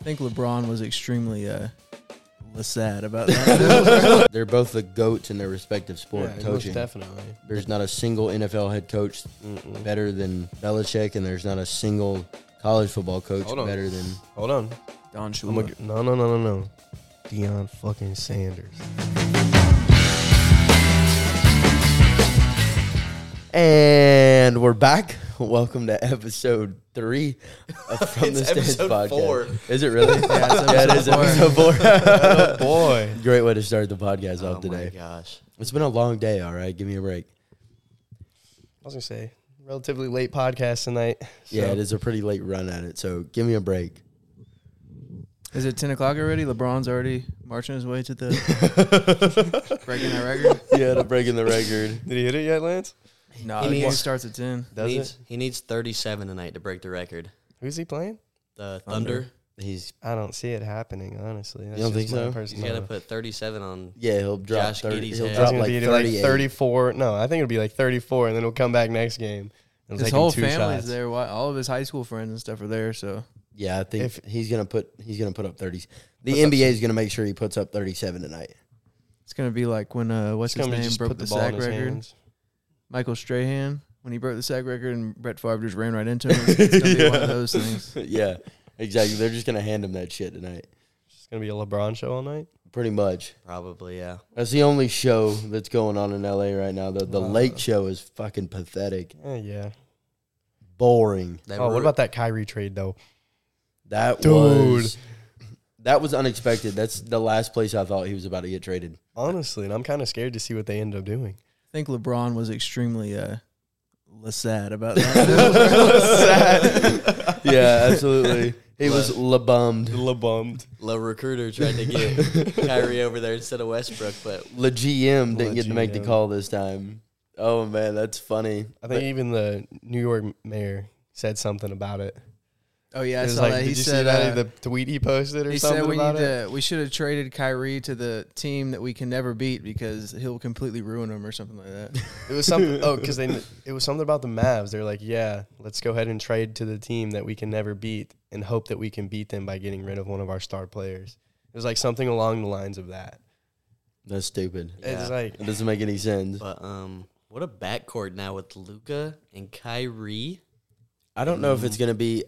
I think LeBron was extremely uh, sad about that. They're both the goats in their respective sport. Yeah, coaching. most definitely. There's not a single NFL head coach Mm-mm. better than Belichick, and there's not a single college football coach Hold on. better than. Hold on. Don I'm Shula. a, no, no, no, no, no. Deion fucking Sanders. And we're back. Welcome to episode three of From the It's Stands episode podcast. four. Is it really? yeah, it's it is episode four. Boy. Great way to start the podcast Oh off today. my gosh. It's been a long day. All right, give me a break. I was gonna say relatively late podcast tonight. Yeah, so- it is a pretty late run at it, so give me a break. Is it 10 o'clock already? LeBron's already marching his way to the breaking that record? yeah, to breaking the record. Did he hit it yet, Lance? No, He the game needs- starts at 10. Does needs, it? He needs 37 tonight to break the record. Who's he playing? The Thunder. Thunder. He's I don't see it happening, honestly. That's You don't think just my so? He's personal- got to put 37 on. yeah, he'll drop Josh thirty. Giddey's He'll head. I drop was gonna like be thirty. like 34. No, I think it'll be like 34, and then he'll come back next game. It'll His take him whole two family's shots. there. Why- All of his high school friends and stuff are there. So Yeah, I think If- he's gonna put he's gonna put up thirties. The NBA is gonna make sure he puts up thirty seven tonight. it's going to be like when, uh, what's He's gonna his name, just broke put the, ball in sack his record? hands. Michael Strahan. When he broke the sack record and Brett Favre just ran right into him, it's going to be one of those things. yeah, exactly. They're just gonna hand him that shit tonight, It's gonna be a LeBron show all night. pretty much. Probably, yeah. That's the only show that's going on in LA right now. The the Wow. late show is fucking pathetic, Eh, yeah. boring. They Oh, were- what about that Kyrie trade though? That Dude. was that was unexpected. That's the last place I thought he was about to get traded. Honestly, and I'm kind of scared to see what they end up doing. I think LeBron was extremely uh, sad about Sad. yeah, absolutely. He was labummed. LeBummed. Le Recruiter tried to get Kyrie over there instead of Westbrook, but The GM didn't The get to make the GM. call this time. Oh man, that's funny. I think even the New York mayor said something about it. oh, yeah, It I was saw like, that. did He you said, see uh, that, the tweet he posted or He something said we about need it? to, we should have traded Kyrie to the team that we can never beat because he'll completely ruin them or something like that. It was something. oh, because they it was something about the Mavs. They're like, yeah, let's go ahead and trade to the team that we can never beat and hope that we can beat them by getting rid of one of our star players. It was like something along the lines of that. That's stupid. yeah. It's like It doesn't make any sense. but um, what a backcourt now with Luca and Kyrie. I don't know if it's gonna be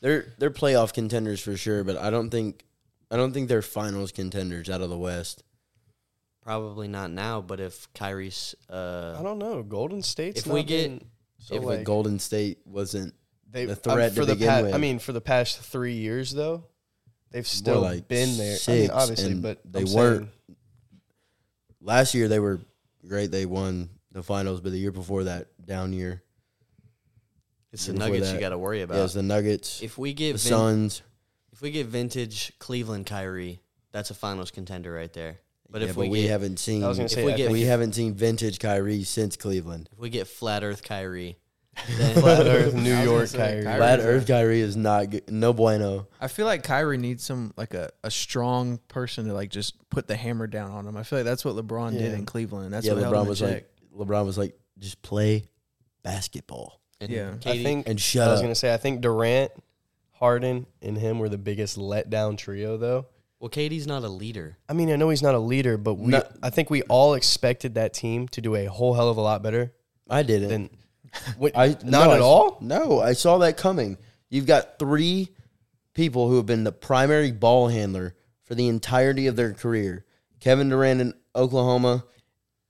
they're they're playoff contenders for sure, but I don't think I don't think they're finals contenders out of the West. Probably not now, but if Kyrie's uh, I don't know. Golden State's. If we not get- been- so If like like Golden State wasn't they, uh, the threat to for the begin pa- with. I mean, for the past three years though, they've still like been there. I mean, six, obviously, and but they I'm weren't. saying- last year they were great, they won the finals, but the year before that down year. it's the Before Nuggets that, you got to worry about. Yeah, it was the Nuggets, if we the get vin- Suns. if we get vintage Cleveland Kyrie, that's a finals contender right there. But Yeah, if we, get, haven't seen I was gonna say we I get- think we haven't seen vintage Kyrie since Cleveland. if we get flat Earth Kyrie, Flat then Earth, New I was York, gonna say Kyrie. Kyrie. Flat is Earth Kyrie is not good. no bueno. I feel like Kyrie needs some like a, a strong person to like just put the hammer down on him. I feel like that's what LeBron did Yeah. in Cleveland. That's yeah, what LeBron LeBron him was was check. like LeBron was like just play basketball and Yeah. I I Katie, think and I shut was up. gonna say I think Durant, Harden, and him were the biggest letdown trio though. well, Katie's not a leader. I mean, I know he's not a leader, but we No. I think we all expected that team to do a whole hell of a lot better I didn't. than what, I not no, I at s- all. No, I saw that coming. You've got three people who have been the primary ball handler for the entirety of their career. Kevin Durant in Oklahoma,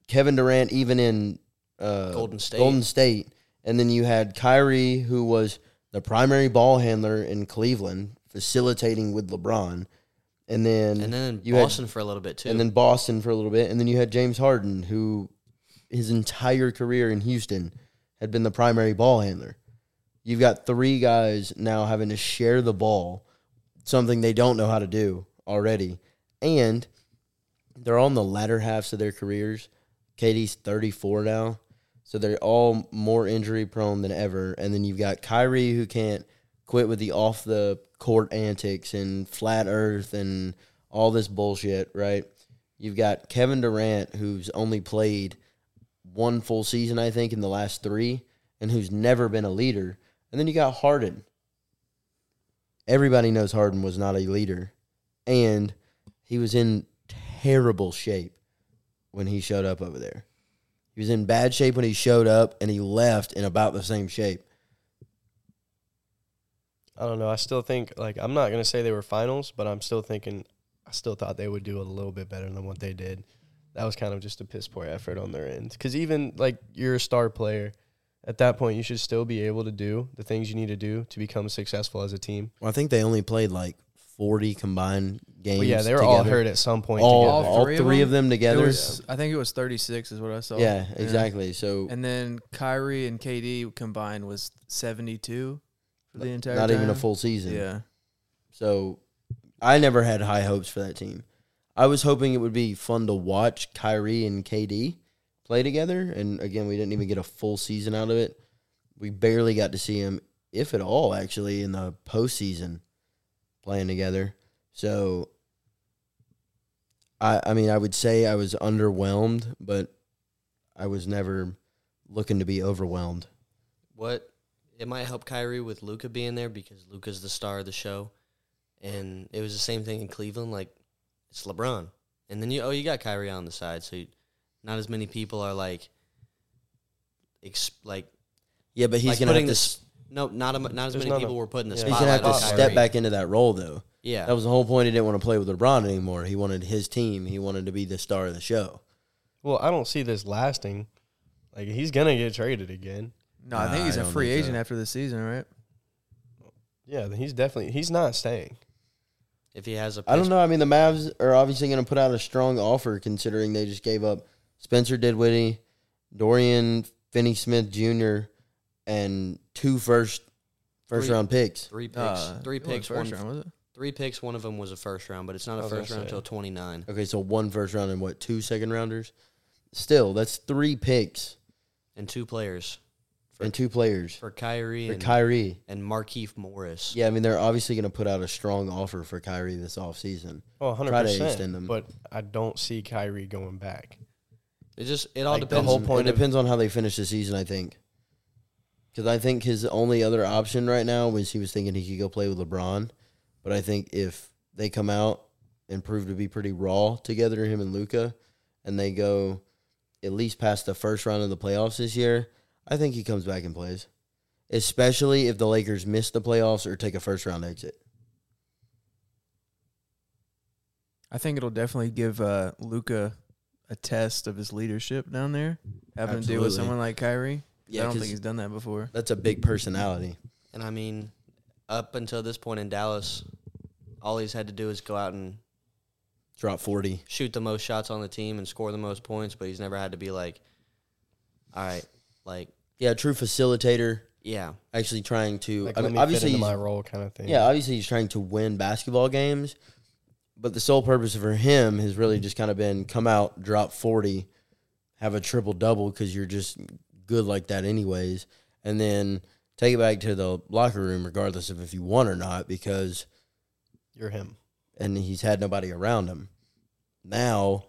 Kevin Durant even in uh, Golden State. Golden State, and then you had Kyrie, who was the primary ball handler in Cleveland, facilitating with LeBron, and then And then in Mm. you had- Boston for a little bit too. and then Boston for a little bit, and then you had James Harden, who his entire career in Houston had been the primary ball handler. You've got three guys now having to share the ball, something they don't know how to do already, and they're on the latter halves of their careers. Katie's 34 now, so they're all more injury prone than ever. And then you've got Kyrie who can't quit with the off the court antics and flat earth and all this bullshit, right? You've got Kevin Durant who's only played one full season, I think, in the last three, and who's never been a leader. And then you got Harden. everybody knows Harden was not a leader, and he was in terrible shape when he showed up over there. He was in bad shape when he showed up, and he left in about the same shape. I don't know. I still think like I'm not gonna say they were finals, but I'm still thinking I still thought they would do a little bit better than what they did. That was kind of just a piss poor effort on their end. Because even like you're a star player, at that point you should still be able to do the things you need to do to become successful as a team. Well, I think they only played like forty combined games. But yeah, they were all together. hurt at some point. All, together. all Three three, of of them It together. was, I think it was 36 is what I saw. yeah, exactly. So And then Kyrie and KD combined was 72 for the entire not even a time. full season. Yeah. So I never had high hopes for that team. I was hoping it would be fun to watch Kyrie and KD play together. And again, we didn't even get a full season out of it. We barely got to see him, if at all, actually, in the postseason playing together. So I I mean I would say I was underwhelmed, but I was never looking to be overwhelmed. What it might help Kyrie with Luca being there because Luca's the star of the show, and it was the same thing in Cleveland. Like it's LeBron, and then you oh you got Kyrie on the side, so you, not as many people are like, ex, like Yeah, but he's like gonna have putting to, this. No, not a, m- not as There's many not people a- were putting the yeah. he's spotlight gonna have to on step Kyrie. back into that role though. Yeah, That was the whole point. He didn't want to play with LeBron anymore. He wanted his team. He wanted to be the star of the show. Well, I don't see this lasting. Like he's gonna get traded again. No, I think Nah, he's I a don't free think agent so. after the season, right? Yeah, then he's definitely he's not staying. if he has a I don't know. I mean, the Mavs are obviously going to put out a strong offer considering they just gave up Spencer Didwitty, Dorian Finney Smith Jr., and two first first Three. round picks. three picks, Uh, three it wasn't picks, first one round, was it? three picks. One of them was a first round, but it's not I a was gonna first round say. until twenty nine. Okay, so one first round and what two second rounders? Still, that's three picks and two players For- and two players for Kyrie for and, Kyrie. and Markeith Morris. Yeah, I mean they're obviously going to put out a strong offer for Kyrie this offseason. Oh, 100 Try to extend him. percent. But I don't see Kyrie going back. It just it all Like, the depends. whole point It of- depends on how they finish the season, I think. Because I think his only other option right now was he was thinking he could go play with LeBron, but I think if they come out and prove to be pretty raw together, him and Luca, and they go at least past the first round of the playoffs this year, I think he comes back and plays. Especially if the Lakers miss the playoffs or take a first round exit. I think it'll definitely give uh, Luca a test of his leadership down there, having to deal Absolutely. with someone like Kyrie. I Yeah, don't think 'cause he's done that before. that's a big personality. and I mean, up until this point in Dallas, all he's had to do is go out and Drop forty. shoot the most shots on the team and score the most points, but he's never had to be like, all right, like Yeah, true facilitator. yeah, Actually, trying to. Like, I let mean, me obviously, fit he's into my role kind of thing. Yeah, obviously he's trying to win basketball games, but the sole purpose for him has really just kind of been come out, drop 40, have a triple double because you're just good like that, anyways, and then take it back to the locker room, regardless of if you won or not, because you're him. and he's had nobody around him. Now,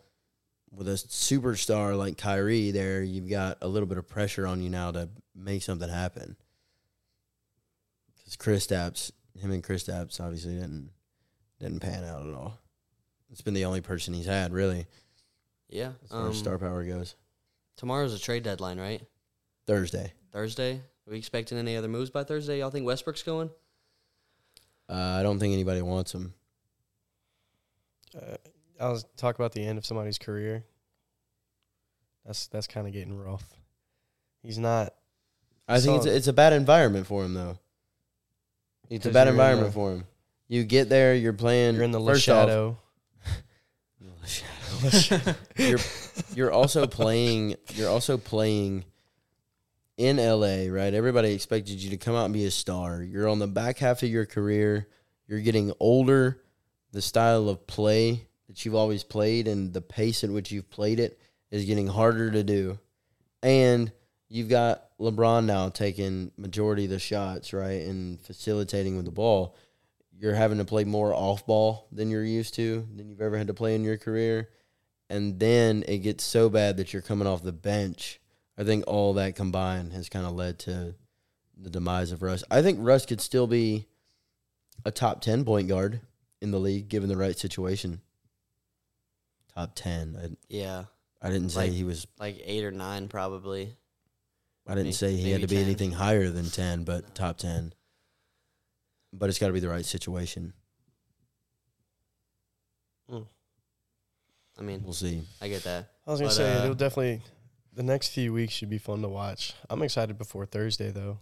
with a superstar like Kyrie there, you've got a little bit of pressure on you now to make something happen. Because Chris Stapps, him and Chris Stapps obviously didn't didn't pan out at all. It's been the only person he's had really yeah. as far Um, as star power goes. tomorrow's a trade deadline, right? Thursday, Thursday. Are we expecting any other moves by Thursday? Y'all think Westbrook's going? uh, I don't think anybody wants him. Uh, I was talk about the end of somebody's career. That's that's kind of getting rough. He's not. I think it's So- a, it's a bad environment for him though. It's a 'Cause bad you're in environment the- for him. You get there, you're playing. You're in the Le first off- shadow. you're you're also playing you're also playing in LA, right? Everybody expected you to come out and be a star. You're on the back half of your career. You're getting older. The style of play that you've always played and the pace at which you've played it is getting harder to do. And you've got LeBron now taking majority of the shots, right, and facilitating with the ball. You're having to play more off ball than you're used to, than you've ever had to play in your career. And then it gets so bad that you're coming off the bench. I think all that combined has kind of led to the demise of Russ. I think Russ could still be a top 10 point guard in the league given the right situation. Top 10. Yeah, I, I didn't say Like- he was, like eight or nine probably. I didn't may- say he had maybe to be 10. anything higher than 10, but No. top 10. But it's got to be the right situation. I mean, We'll see. I get that. I was gonna But, say uh, it'll definitely. The next few weeks should be fun to watch. I'm excited before Thursday though.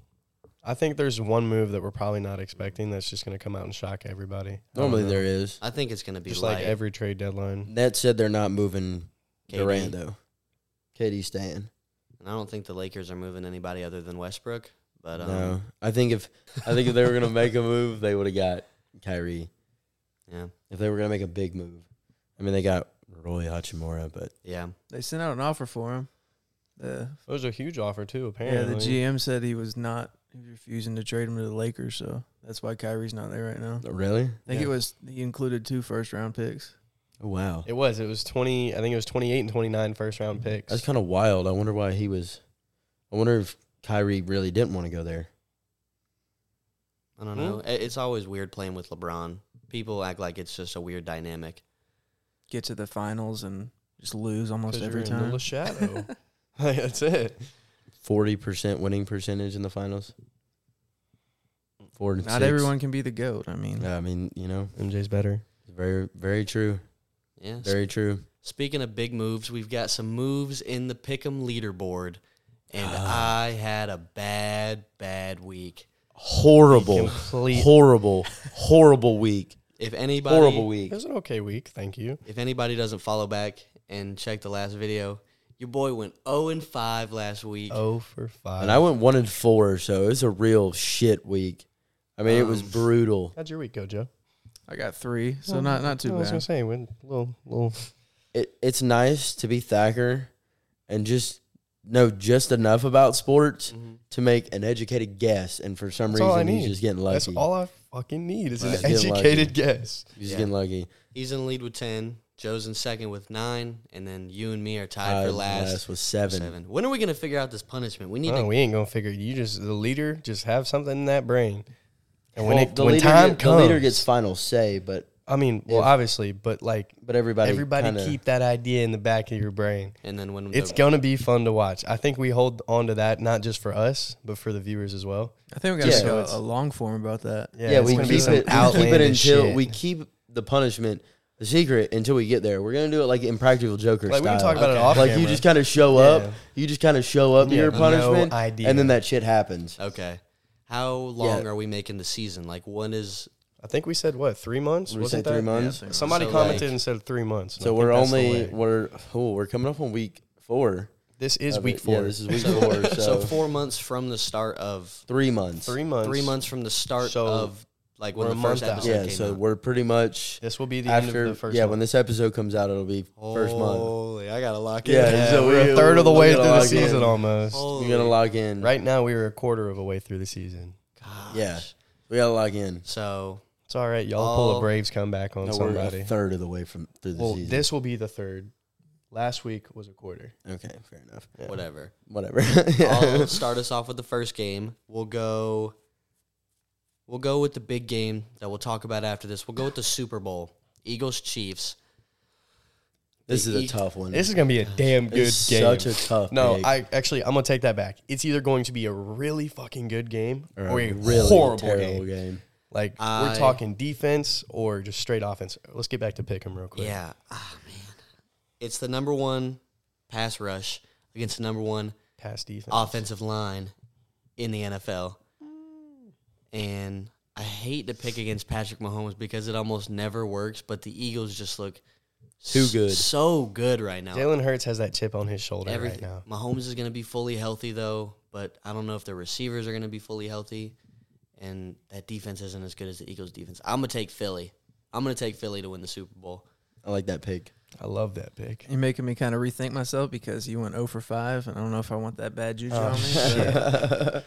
I think there's one move that we're probably not expecting that's just gonna come out and shock everybody. I don't Normally know. there is. I think it's gonna be just light. like every trade deadline. That said, they're not moving KD. Durant, though. KD staying. And I don't think the Lakers are moving anybody other than Westbrook. But um, no. I think if I think if they were going to make a move, they would have got Kyrie. yeah, If they were going to make a big move. I mean, they got Roy Hachimura, but yeah, They sent out an offer for him. Uh, The It was a huge offer too. yeah, the Apparently, GM said he was not he was refusing to trade him to the Lakers, so that's why Kyrie's not there right now. really? I think Yeah. it was he included two first round picks. Oh, wow. It was. It was 20. I think it was 28 and 29 first round picks. That's kind of wild. I wonder why he was. I wonder if Kyrie really didn't want to go there. I don't Hmm? know. I- It's always weird playing with LeBron. People act like it's just a weird dynamic. Get to the finals and just lose almost 'Cause every you're in the time. little shadow. Like, that's it. Forty percent winning percentage in the finals. Four and Not six. everyone can be the goat. I mean, Yeah, I mean, you know, MJ's better. very, very true. Yeah. Very true. Speaking of big moves, we've got some moves in the Pick'em leaderboard, and Ah. I had a bad, bad week. Horrible, Complete. horrible, horrible week. If anybody, Horrible week. It was an okay week. Thank you. if anybody doesn't follow back and check the last video, your boy went zero and five last week. Oh for five. And I went one and four, so it was a real shit week. I mean, it was Um, brutal. How'd your week go, Joe? I got three, so not not too I was gonna bad. say, went little, little. it, it's nice to be Thacker and just know just enough about sports to make an educated guess. And for some Mm-hmm. That's all I reason, he's need. just getting lucky. That's all I fucking need is Right. an Just get lucky. educated guess. he's just Yeah. getting lucky. He's in the lead with ten. Joe's in second with nine, and then you and me are tied Uh, for last. was with seven. Seven. When are we gonna figure out this punishment? We need No, to Oh, we ain't gonna figure. You just the leader. Just have something in that brain. And when Well, it the when leader time get- comes, the leader gets final say, but I mean, well, if- obviously, but like but everybody, everybody kinda- keep that idea in the back of your brain. And then when It's the, gonna be fun to watch. I think we hold on to that not just for us, but for the viewers as well. I think we got to Yeah. So a, it's- a long form about that. Yeah, it's we gonna keep be it. some We keep it until outlandish shit. we keep the punishment. The secret until we get there. We're gonna do it like Impractical Joker Like we style. can talk about it Okay. off. like you camera. just kind of show Yeah. up. You just kind of show up to Yeah, your no punishment, idea. and then that shit happens. Uh, okay. How long Yeah. are we making the season? Like when is I think we said what three months? We say Wasn't three that? months. Yeah, I think Somebody So, commented like- and said three months. and I So think we're that's the only way. we're oh we're coming up on week four. this is of week it. four. Yeah, this is week four. So, so four months from the start of three months. three months. three months from the start So, of like when we're the a first month out. episode yeah. came So out. we're pretty much This will be the end after. of the first. yeah, month. when this episode comes out, it'll be first month. Holy, I gotta lock Yeah, in. so Yeah, we're we- a third of the we'll way get through a the lot season in. almost. Holy You're gonna log in. Right now, we were a quarter of a way through the season. gosh. Yeah. We gotta log in. So It's all right. Y'all pull Oh. a Braves comeback on No, we're a somebody. third of the way from through the Well, season. this will be the third. Last week was a quarter. okay, fair enough. Yeah. Oh, whatever. Whatever. I'll start us off with the first game. We'll go. We'll go with the big game that we'll talk about after this. We'll go with the Super Bowl, Eagles Chiefs. this is the a E- tough one. This is gonna be a damn good Mm. It's game. such a tough. no, pick. I actually I'm gonna take that back. It's either going to be a really fucking good game or, Or a really horrible terrible game. game. Like I- we're talking defense or just straight offense. Let's get back to pick 'em real quick. Yeah, ah man, it's the number one pass rush against the number one Pass defense. offensive line in the NFL. And I hate to pick against Patrick Mahomes because it almost never works, but the Eagles just look Too s- good. So good right now. Jalen Hurts has that chip on his shoulder right Everything. now. Mahomes is going to be fully healthy though, but I don't know if the receivers are going to be fully healthy and that defense isn't as good as the Eagles defense. I'm going to take Philly. I'm going to take Philly to win the Super Bowl. I like that pick. I love that pick. You're making me kind of rethink myself because you went 0 for 5, and I don't know if I want that bad juju Oh, on me. but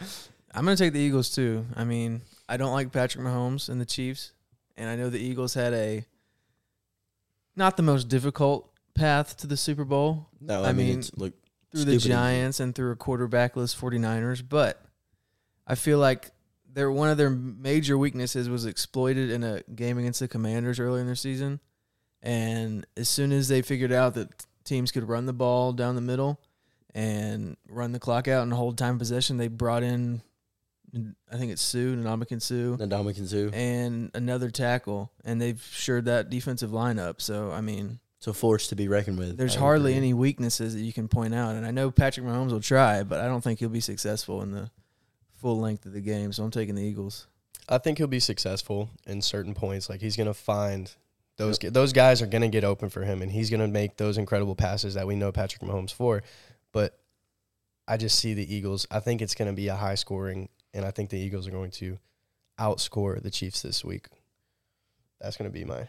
I'm going to take the Eagles, too. I mean, I don't like Patrick Mahomes and the Chiefs, and I know the Eagles had a not the most difficult path to the Super Bowl No, I, I mean, mean, it's, look, through Stupid the easy. Giants and through a quarterbackless 49ers, but I feel like their one of their major weaknesses was exploited in a game against the Commanders earlier in their season, and as soon as they figured out that teams could run the ball down the middle and run the clock out and hold time possession, they brought in, I think it's Sue Nanamakin Sue Ndamukong Suh. and another tackle, and they've shored that defensive lineup. So I mean, It's a force to be reckoned with. there's I would hardly agree. any weaknesses that you can point out, and I know Patrick Mahomes will try, but I don't think he'll be successful in the full length of the game. So I'm taking the Eagles. I think he'll be successful in certain points. Like he's gonna find those gu- those guys are gonna get open for him, and he's gonna make those incredible passes that we know Patrick Mahomes for. But I just see the Eagles. I think it's gonna be a high scoring, and I think the Eagles are going to outscore the Chiefs this week. That's gonna be my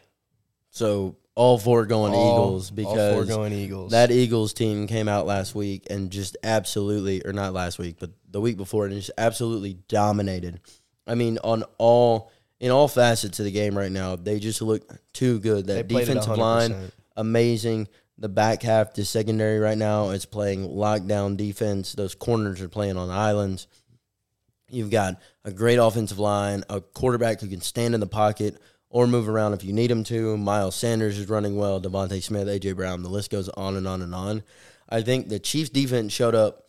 So all four going all- Eagles all because four going Eagles. that Eagles team came out last week and just absolutely, or not last week, but the week before, and just absolutely dominated. I mean, on all in all facets of the game right now, they just look too good. They That played it defensive line, 100%. amazing. The back half, the secondary right now is playing lockdown defense. Those corners are playing on islands. You've got a great offensive line, a quarterback who can stand in the pocket or move around if you need him to. Miles Sanders is running well. Devontae Smith, AJ Brown. The list goes on and on and on. I think the Chiefs defense showed up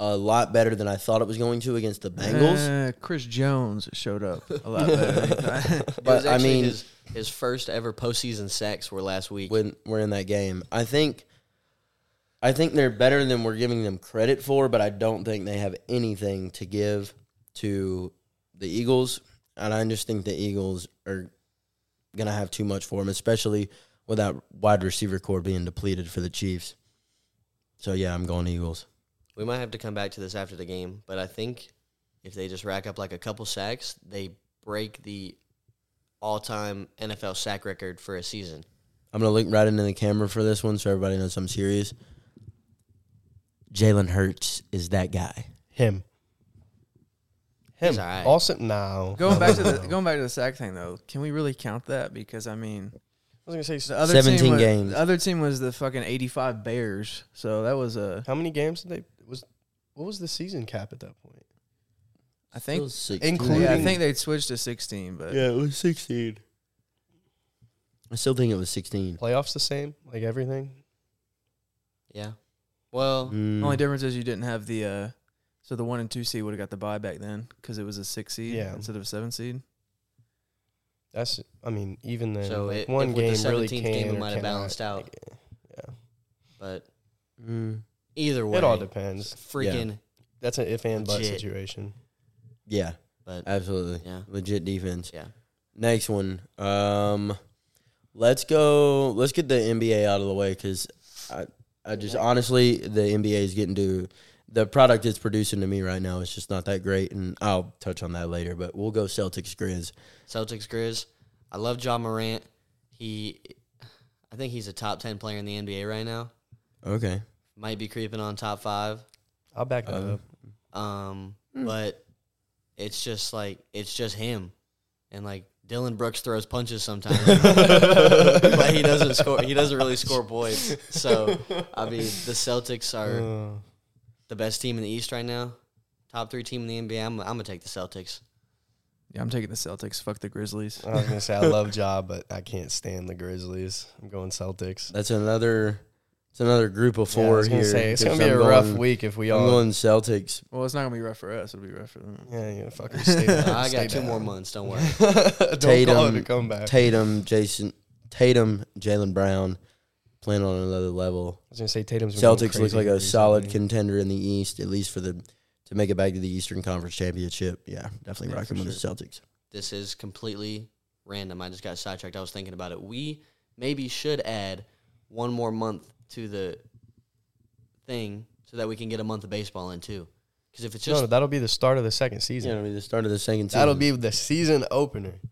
a lot better than I thought it was going to against the Bengals. Uh, Chris Jones showed up a lot better. It But, was I actually mean- his, his first ever postseason sacks were last week. when we're in that game. I think I think they're better than we're giving them credit for, but I don't think they have anything to give to the Eagles. And I just think the Eagles are gonna have too much for them, especially with that wide receiver core being depleted for the Chiefs. So yeah, I'm going Eagles. we might have to come back to this after the game, but I think if they just rack up like a couple sacks, they break the all-time NFL sack record for a season. I'm gonna look right into the camera for this one so everybody knows I'm serious. Jalen Hurts is that guy. him. Him. He's all right. Also, no. going No, back no, to the no. going back to the sack thing though, can we really count that? Because I mean, I was gonna the say, uh, other 17 team was, games. The other team was the fucking 85 Bears, so that was a how many games did they was? What was the season cap at that point? I think Still 16. Including- yeah, I think they switched to 16, but Yeah, it was 16. I still think it was 16. Playoffs the same, like everything. Yeah. Well, the only difference is you didn't have the uh, so the one and two seed would have got the bye back then because it was a six seed Yeah. instead of a seven seed. That's I mean, even then, So like, it- one if with the game really 17th can game, it or might have cannot, balanced out. like, but Mm. either way, It all depends. Freaking That's an if and but Legit. situation. Yeah, But absolutely. yeah, Legit defense. yeah. Next one. Um, let's go. Let's get the NBA out of the way because I, I just honestly, the NBA is getting to the product it's producing to me right now is just not that great, and I'll touch on that later. But we'll go Celtics Grizz. Celtics Grizz. I love John Morant. He, I think he's a top ten player in the NBA right now. Okay. Might be creeping on top five. I'll back that Um, up. Um, but it's just like it's just him, and like Dylan Brooks throws punches sometimes, but he doesn't score. He doesn't really score points. So I mean, the Celtics are Uh, the best team in the East right now. Top three team in the NBA. I'm, I'm gonna take the Celtics. Yeah, I'm taking the Celtics. Fuck the Grizzlies. Uh, I was gonna say I love Job, but I can't stand the Grizzlies. I'm going Celtics. That's another. It's another group of Yeah, I four was gonna here. say, it's 'cause gonna be I'm a rough going- week if we I'm all. going Celtics. Well, it's not gonna be rough for us. It'll be rough for them. Yeah, yeah, fuckers. Stay down, I stay got two down. more months. Don't worry. Don't call Tatum, it a comeback. I Tatum, Jason, Tatum, Jalen Brown playing on another level. was gonna say Tatum's been going Celtics look crazy like a solid recently. contender in the East, at least for the to make it back to the Eastern Conference Championship. Yeah, definitely Yeah, rocking for with the Celtics. this is completely random. I just got sidetracked. I was thinking about it. We maybe should add one more month to the thing so that we can get a month of baseball in too. Because if it's just no, that'll be the start of the second Yeah, season. I mean the start of the second season. That'll be the season opener. Ah,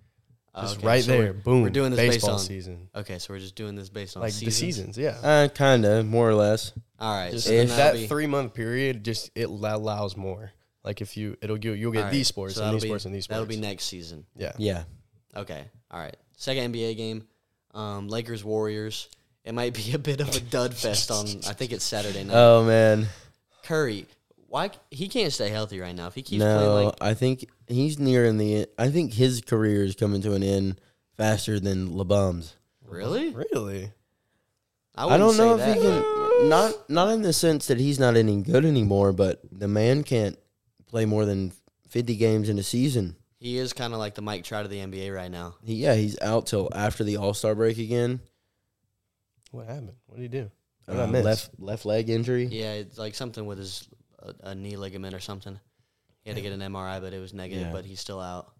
Oh, Just okay, right so there. we're- Boom. We're doing this baseball based on season. Okay, so we're just doing this based on Like seasons? the seasons, yeah. uh, kind of more or less. All right, Just so then if that'll that be- three month period just it allows more. Like if you it'll give you'll all get right, these sports so and that'll these be- sports and these sports. That'll be next season. yeah. Yeah, Okay, all right. Second NBA game, um, Lakers Warriors. It might be a bit of a dud fest on. I think it's Saturday night. Oh man, Curry, Why c- he can't stay healthy right now? If he keeps playing No, like I think he's nearing the. I think his career is coming to an end faster than LeBum's. really, Really? I don't wouldn't say know if that. he can. Not not in the sense that he's not any good anymore, but the man can't play more than fifty games in a season. He is kind of like the Mike Trout of the NBA right now. He, yeah, he's out till after the All Star break again. What happened? What did he do? What did Uh, I miss? left left leg injury. Yeah, it's like something with his uh, a knee ligament or something. He had to get an MRI, but it was negative. Yeah. But he's still out.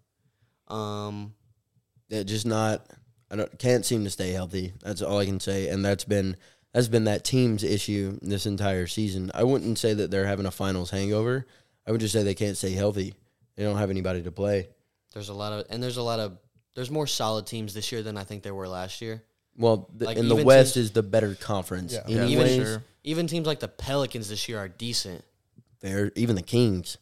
Um, that just not I don't can't seem to stay healthy. That's all I can say, and that's been that's been that team's issue this entire season. I wouldn't say that they're having a finals hangover. I would just say they can't stay healthy. They don't have anybody to play. there's a lot of and there's a lot of there's more solid teams this year than I think there were last year. Well, the, Like, and the even West teams- is the better conference. Yeah. Anyways, even even, sure. even teams like the Pelicans this year are decent. they're even the Kings.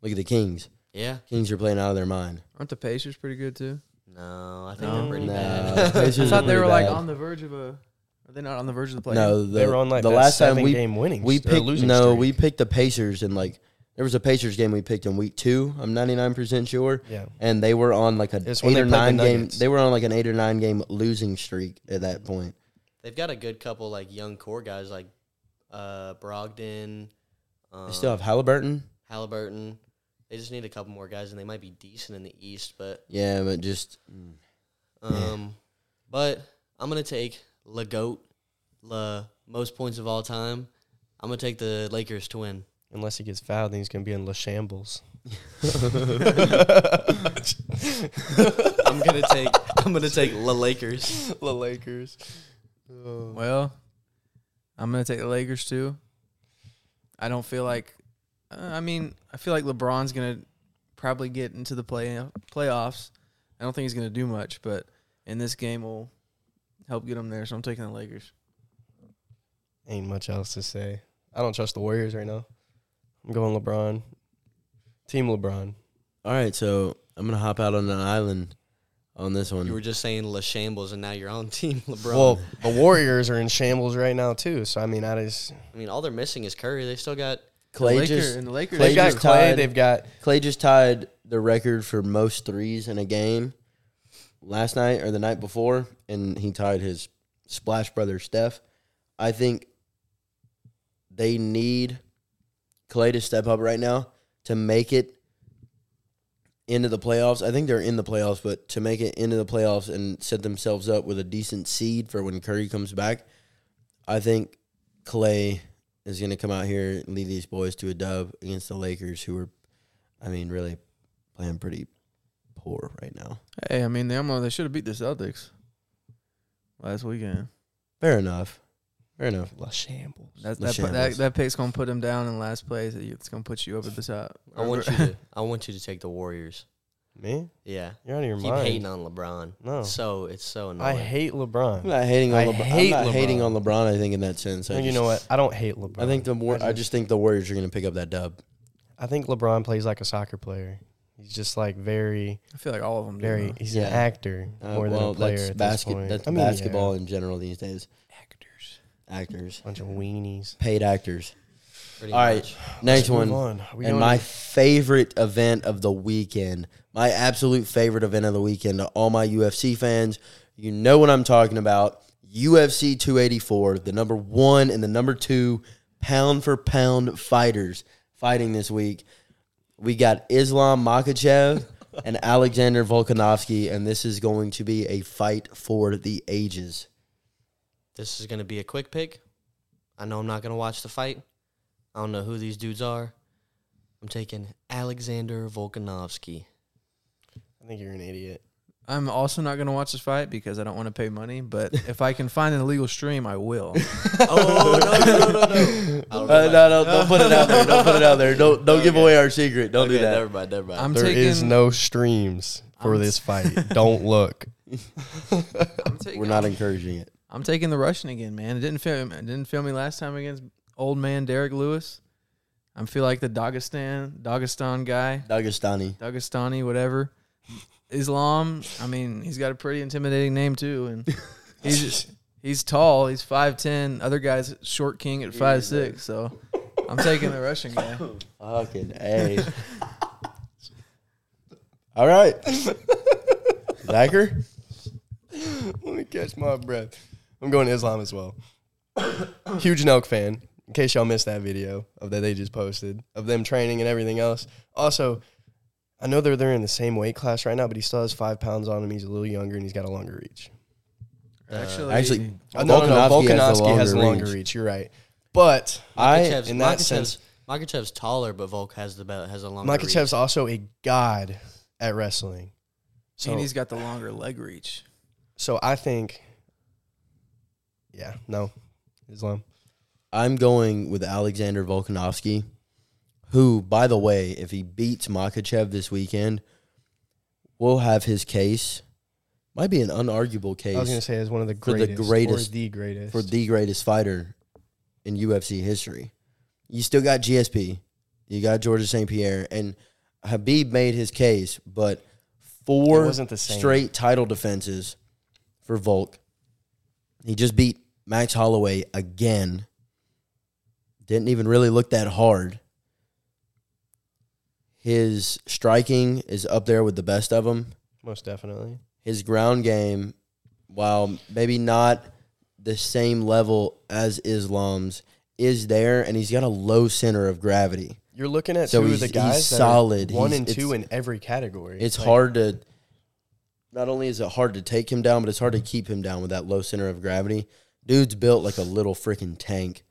Look at the Kings. Yeah. Kings are playing out of their mind. Aren't the Pacers pretty good too? No, I think No. they're pretty Nah, bad. the Pacers I are thought they pretty were like bad. on the verge of a. Are they not on the verge of the play? No, the, they were on like the that last time seven we game winning. We st- or picked losing no, streak. we picked the Pacers and like there was a Pacers game we picked in week two. I'm 99 percent sure, Yeah. and they were on like an It's when eight they or played the nine game. Nuggets. They were on like an eight or nine game losing streak at that point. They've got a good couple like young core guys like uh Brogdon, um, They still have Halliburton. Halliburton. They just need a couple more guys, and they might be decent in the East. But Yeah, but just um, but I'm gonna take Le Goat, Le most points of all time. I'm gonna take the Lakers to win. Unless he gets fouled, then he's gonna be in LaShambles. I'm gonna take I'm gonna take Le Lakers. La Lakers. Well, I'm gonna take the Lakers too. I don't feel like. uh, I mean, I feel like LeBron's gonna probably get into the play playoffs. I don't think he's gonna do much, but in this game will help get him there. So I'm taking the Lakers. Ain't much else to say. I don't trust the Warriors right now. I'm going LeBron. Team LeBron. all right. So I'm gonna hop out on an island on this one. You were just saying Le Shambles, and now you're on Team LeBron. Well, the Warriors are in shambles right now too. So I mean, I just I mean, all they're missing is Curry. They still got The Clay Lakers just and the Lakers. Clay they've got just Clay. tied- They've got Clay just tied the record for most threes in a game last night or the night before, and he tied his splash brother Steph. I think they need Clay to step up right now to make it into the playoffs. I think they're in the playoffs, but to make it into the playoffs and set themselves up with a decent seed for when Curry comes back, I think Clay is going to come out here and lead these boys to a dub against the Lakers, who are I mean, really playing pretty poor right now. hey, I mean, they almost they should have beat the Celtics last weekend. Fair enough. Fair enough. LaShambles. That The that, pu- that shambles. that pick's gonna put him down in last place. It's gonna put you over the top. I want you to I want you to take the Warriors. Me? Yeah. You're out of your Keep mind. hating on LeBron. Oh. No. So it's so annoying. I hate I'm LeBron. not hating on I LeBron. hate I'm not LeBron. hating on LeBron. I think in that sense, I And just, you know what? I don't hate LeBron. I think the war- I I just, just- think the Warriors are going to pick up that dub. I think LeBron plays like a soccer player. He's just like very, I feel like all of them. do, very. though. He's Yeah. an actor Uh, more than well, a player. that's at basket. this point. That's I mean, yeah, basketball in general these days. actors. Actors, bunch of weenies. paid actors. Pretty All right, much. next one. Move on. Are we and going my to- favorite event of the weekend, my absolute favorite event of the weekend to all my UFC fans, you know what I'm talking about. UFC 284, the number one and the number two pound for pound fighters fighting this week. We got Islam Makachev and Alexander Volkanovski, and this is going to be a fight for the ages. This is gonna be a quick pick. I know I'm not gonna watch the fight. I don't know who these dudes are. I'm taking Alexander Volkanovsky. I think you're an idiot. I'm also not going to watch this fight because I don't want to pay money. But if I can find an illegal stream, I will. oh no no no no! no. I don't know Uh, about- no, no, don't put it out there. Don't put it out there. Don't don't give away our secret. Don't do okay, that. Never mind. Never mind. I'm There is taking. no streams for I'm- this fight. don't look. I'm taking, We're not encouraging it. I'm taking the Russian again, man. It didn't fail. It didn't fail me last time against old man Derek Lewis. I feel like the Dagestan Dagestan guy, Dagestani. Dagestani, whatever. Islam. I mean, he's got a pretty intimidating name too, and eh? he's he's tall. He's five ten. Other guys short king at five six. So I'm taking the Russian guy. Uh, Fucking A. All right. Zachar? Let me catch my breath. I'm going to Islam as well. Huge Nelk fan. In case y'all missed that video of that they just posted of them training and everything else. Also, I know they're they're in the same weight class right now, but he still has five pounds on him. He's a little younger and he's got a longer reach. Actually, Actually, Uh, no, no, no, Volkanovski has the Volkanovski has a longer longer reach. reach. You're right, but I Makachev's- in that Makachev's- sense- Makachev's taller, but Volk has the belt has a longer. reach. Makachev's also a god at wrestling. So and he's got the longer leg reach. So I think, yeah, no, Islam. I'm going with Alexander Volkanovski, who, by the way, if he beats Makachev this weekend, will have his case. Might be an unarguable I was gonna case say is one of the For the greatest, or greatest- the greatest. for the greatest fighter in UFC history. You still got GSP, you got Georges St. Pierre, and Habib made his case, but It four wasn't the same. straight title defenses for Volk. He just beat Max Holloway again. Didn't even really look that hard. His striking is up there with the best of them. most definitely. His ground game, while maybe not the same level as Islam's, is there, and he's got a low center of gravity. You're looking at So two he's- of the he's guys that are solid. one He's- and two in every category. It's Like, hard to. Not only is it hard to take him down, but it's hard to keep him down with that low center of gravity. Dude's built like a little freaking tank.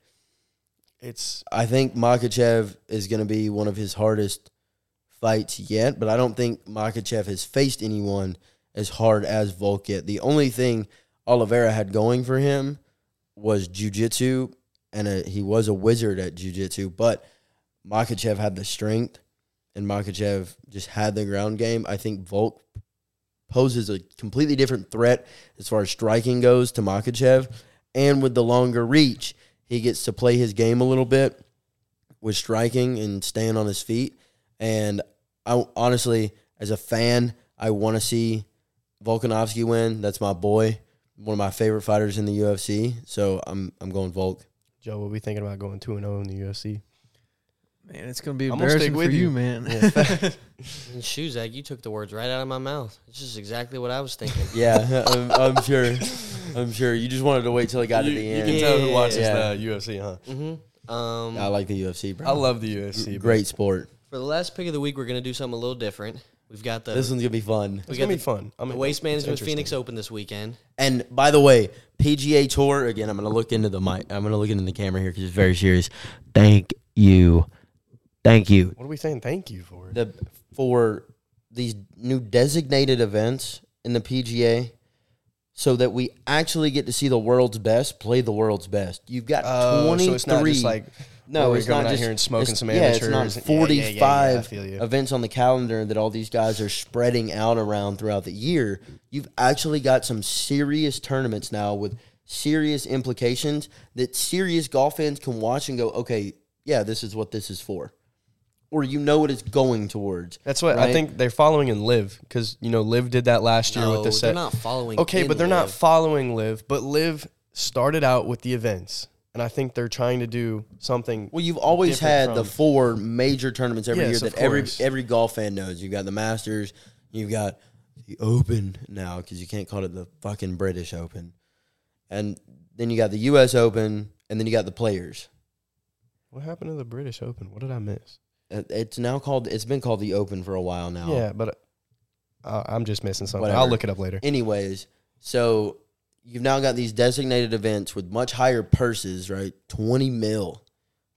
It's I think Makachev is going to be one of his hardest fights yet, but I don't think Makachev has faced anyone as hard as Volk yet. The only thing Oliveira had going for him was jujitsu, and uh he was a wizard at jujitsu, but Makachev had the strength, and Makachev just had the ground game. I think Volk poses a completely different threat as far as striking goes to Makachev, and with the longer reach, he gets to play his game a little bit with striking and staying on his feet. And I honestly, as a fan, I want to see Volkanovski win. That's my boy, one of my favorite fighters in the UFC. So I'm I'm going Volk. Joe. We'll be thinking about going two and zero in the UFC. Man, it's gonna be I'm gonna stick embarrassing for with you, you. man. And Shuzak, you took the words right out of my mouth. It's just exactly what I was thinking. Yeah, I'm, I'm sure. I'm sure you just wanted to wait till it got you, to the you end. can tell who Yeah. watches Yeah. the UFC, huh? hmm Um, I like the UFC, bro. I love the UFC. bro. Great sport. for the last pick of the week, we're gonna do something a little different. We've got the This one's gonna be fun. we It's got gonna be the, fun. I the mean, Waste Management interesting. Phoenix Open this weekend. And by the way, PGA Tour again. I'm gonna look into the mic. I'm gonna look into the camera here because it's very serious. Thank you, thank you. What are we saying? Thank you for it. The for these new designated events in the PGA, so that we actually get to see the world's best play the world's best. You've got Oh, 23. so it's not just like no, we're it's going not out just here and smoking it's- some Yeah, amateurs. it's Yeah, not yeah, yeah, yeah, 45 I feel you. events on the calendar that all these guys are spreading out around throughout the year. You've actually got some serious tournaments now with serious implications that serious golf fans can watch and go, okay, yeah, this is what this is for. Or you know what it's going towards. That's what right? I think they're following in Live because you know Live did that last year No, with the they're set. not following. okay, in but they're not Liv. following Live. But Live started out with the events, and I think they're trying to do something. Well, you've always different had from- the four major tournaments every Yes, year of that every course. every golf fan knows. You've got the Masters, you've got the Open now because you can't call it the fucking British Open, and then you got the U.S. Open, and then you got the Players. What happened to the British Open? What did I miss? Uh, It's now called. It's been called the Open for a while now. Yeah, but uh, I'm just missing something. Whatever. I'll look it up later. Anyways, so you've now got these designated events with much higher purses, right? Twenty mil,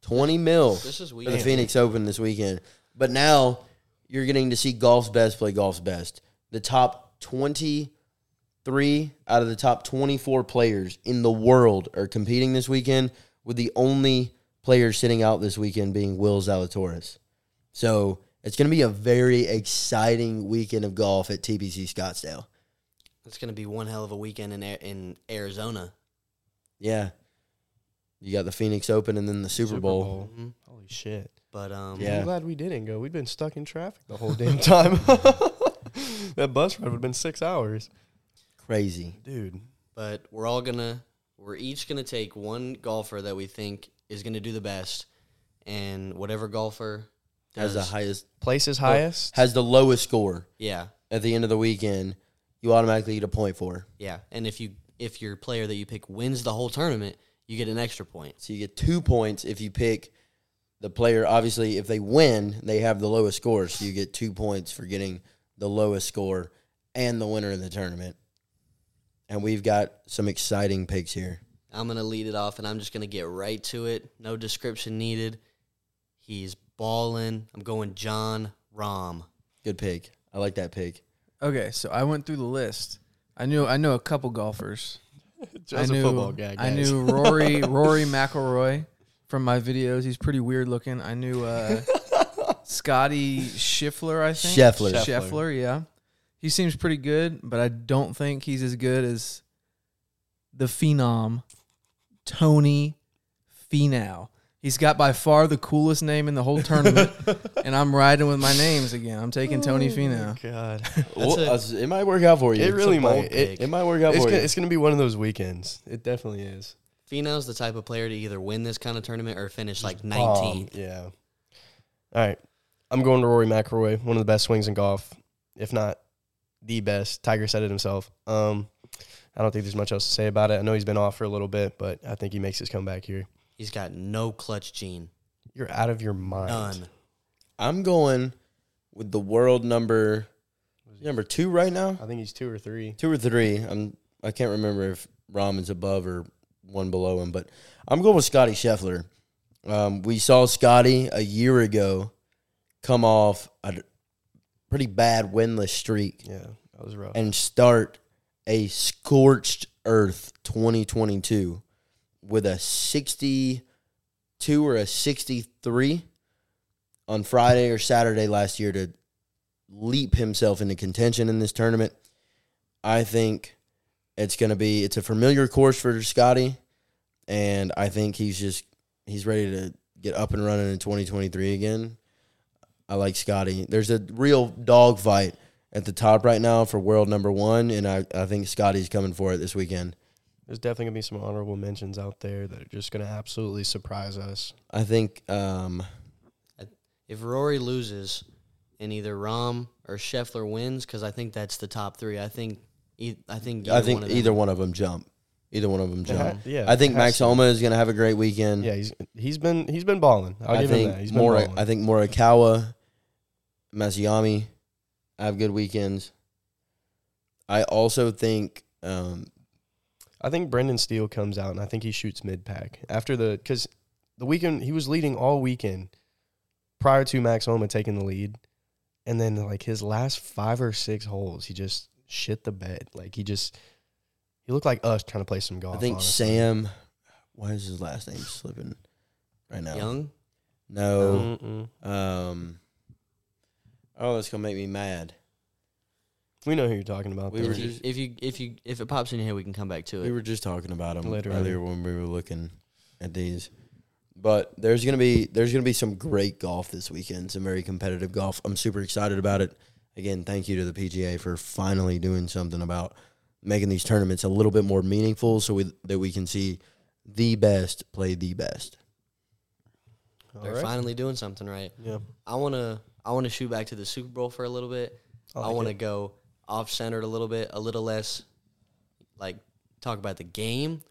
twenty mil. This is for the weird. Phoenix Open this weekend. But now you're getting to see golf's best play golf's best. The top 23 out of the top 24 players in the world are competing this weekend, with the only player sitting out this weekend being Will Zalatoris. So it's going to be a very exciting weekend of golf at TPC Scottsdale. It's gonna be one hell of a weekend in Ar- in Arizona. Yeah. You got the Phoenix Open and then the Super, Bowl. Mhm. Holy shit! But um, Mm-hmm. Yeah. I'm glad we didn't go. We'd been stuck in traffic the whole damn time. that bus ride would have been six hours, Crazy. dude. but we're all gonna we're each gonna take one golfer that we think is gonna do the best and whatever golfer has the does- highest Places highest. has the lowest score Yeah, at the end of the weekend, you automatically get a point for. yeah. And if you if your player that you pick wins the whole tournament, you get an extra point. So you get two points if you pick the player. Obviously, if they win, they have the lowest score, so you get two points for getting the lowest score and the winner in the tournament. And we've got some exciting picks here. I'm gonna lead it off, and I'm just gonna get right to it. No description needed. He's balling. I'm going John Rom. Good pick. I like that pick. Okay, so I went through the list. I knew I know a couple golfers. Joe's I knew a football guy. I Guys. knew Rory Rory McIlroy from my videos. He's pretty weird looking. I knew uh, Scotty Schiffler. I think Scheffler. Scheffler. Yeah, he seems pretty good, but I don't think he's as good as the phenom Tony Finau. He's got by far the coolest name in the whole tournament, and I'm riding with my names again. I'm taking Oh Tony Finau. God, Well, a- uh, s- it might work out for you. it It's a really bold might. pick. It, It might work out it's, for gonna, you. it's gonna be one of those weekends. It definitely is. Finau's the type of player to either win this kind of tournament or finish like Oh. 19th. Um, yeah. All right, I'm going to Rory McIlroy, one of the best swings in golf, if not the best. Tiger said it himself. Um, I don't think there's much else to say about it. I know he's been off for a little bit, but I think he makes his comeback here. He's got no clutch gene. You're out of your mind. None. I'm going with the world number number two right now. I think he's two or three. Two or three. I'm I can't remember if Rahm is above or one below him, but I'm going with Scotty Scheffler. Um, we saw Scotty a year ago come off a d- pretty bad winless streak Yeah, that was rough. and start a scorched earth 2022 with a 62 or a 63 on Friday or Saturday last year to leap himself into contention in this tournament. I think it's going to be it's a familiar course for Scotty and I think he's just he's ready to get up and running in 2023 again. I like Scotty. There's a real dogfight at the top right now for world number one, and I, I think Scotty's coming for it this weekend. There's definitely gonna be some honorable mentions out there that are just gonna absolutely surprise us. I think um, If Rory loses and either Rom or Scheffler wins, because I think that's the top three. I think e- I think I either one think of them- either one of them jump, either one of them jump. Yeah, I think it has Max to. Homa is going to have a great weekend. Yeah, he's he's been he's been balling. I'll Mm. I give think him that. He's been Mora, balling. I think Morikawa, Masayami have good weekends. I also think um, I think Brendan Steele comes out and I think he shoots mid pack after the because the weekend he was leading all weekend prior to Max Homa taking the lead, and then like his last five or six holes he just shit the bed. Like he just he looked like us trying to play some golf. I think honestly. Sam. Why is his last name slipping right now? Young. No. Mm-mm. Um. Oh, that's gonna make me mad. We know who you're talking about. We though. were if, you, just- if you if you if it pops in your head, we can come back to it. We were just talking about him Later on. earlier when we were looking at these. But there's gonna be there's gonna be some great golf this weekend. Some very competitive golf. I'm super excited about it. Again, thank you to the PGA for finally doing something about making these tournaments a little bit more meaningful, so we, that we can see the best play the best. All They're right. finally doing something right. Yeah, I wanna I wanna shoot back to the Super Bowl for a little bit. I, like wanna it. go off centered a little bit, a little less like talk about the game.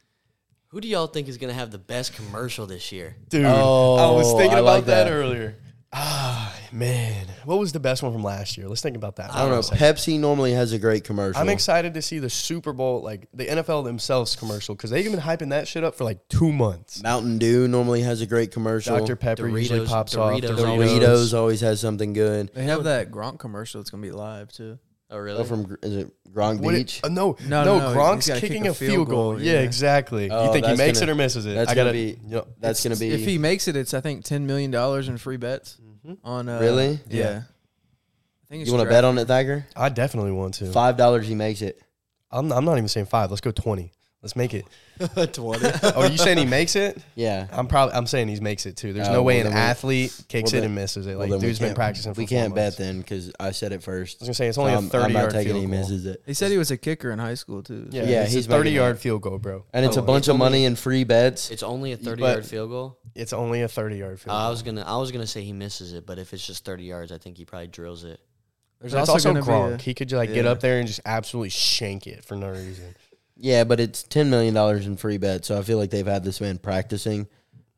Who do y'all think is gonna have the best commercial this year? dude. Oh, I was thinking I about like that, that. earlier. Ah, man, what was the best one from last year? Let's think about that. I don't know. Pepsi normally has a great commercial. I'm excited to see the Super Bowl, like the NFL themselves commercial, because they've been hyping that shit up for like two months. Mountain Dew normally has a great commercial. Dr. Pepper usually Doritos- pops off. Doritos always- Doritos always has something good. They have that Gronk commercial. It's gonna be live too. Oh really? Oh, from Gr- is it Gronk What it- Beach? uh, no, No, no, no, no, no, he's Gronk's gotta kick kicking a a field goal. Yeah, yeah. exactly. Oh, you think he that's makes gonna- it or misses it? that's I gotta gonna be Yep. that's gonna be If he makes it, it's I think ten million dollars in free bets on uh, Really? Yeah. Yeah. I think you want to bet on on it, Thacker? I definitely want to. Five dollars he makes it. I'm, I'm not even saying five. Let's go twenty. Let's make it. Twenty. Oh, are you saying he makes it? Yeah. I'm probably. I'm saying he makes it too. There's Oh, no way well, an then we- athlete kicks well, it then- and misses it. Well, Like then we dude's been can't- practicing. for We four can't months. bet then because I said it first. I was gonna say it's only I'm- a 30 I'm not yard taking field he goal. misses it. He said he was a kicker in high school too. Yeah, Yeah, it's he's a 30 making it. yard field goal, bro. And Oh, it's a Come on. bunch of money and free bets. It's only a thirty But- yard field goal. It's only a 30 yard field. I goal. was gonna I was gonna say he misses it, but if it's just thirty yards, I think he probably drills it. There's It's also, gonna be Gronk. a- he could like get Yeah. up there and just absolutely shank it for no reason. Yeah, but it's ten million dollars in free bets, so I feel like they've had this man practicing.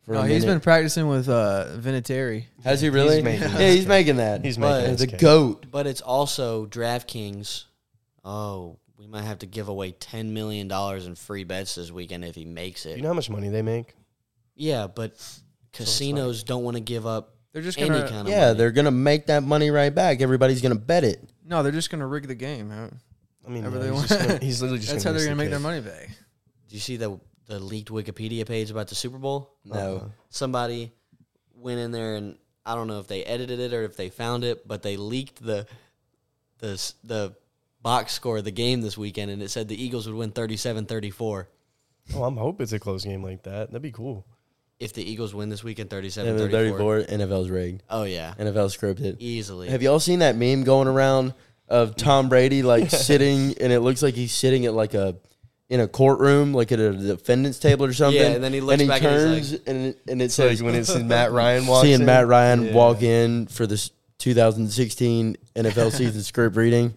For no, a he's been minute. practicing with uh, Vinatieri. Has he really? making yeah, this he's kick. making that. He's But- making He's this a kick. goat. But it's also DraftKings. Oh, we might have to give away ten million dollars in free bets this weekend if he makes it. You know how much money they make? yeah, but casinos don't want to give up They're just any gonna kind of Yeah, money. they're gonna make that money right back. Everybody's gonna bet it. no, they're just gonna rig the game. huh? I mean, Whatever no, they he's, want. just gonna, he's literally just. That's how gonna they're miss gonna the make their kick. money back. Do you see the the leaked Wikipedia page about the Super Bowl? Uh-huh. No. Somebody went in there and I don't know if they edited it or if they found it, but they leaked the the s- the box score of the game this weekend and it said the Eagles would win 37-34. Oh, I'm hoping it's a close game like that. That'd be cool. If the Eagles win this weekend And 37-34. the 34, NFL's rigged. Oh yeah. NFL scripted. Easily. Have y'all seen that meme going around of Tom Brady like sitting and it looks like he's sitting at like a in a courtroom, like at a defendant's table or something. and then he looks back and he's turns and it, and it It's like says when it's Matt Ryan walks seeing in. Matt Ryan Yeah. walk in for this 2016 NFL season script reading.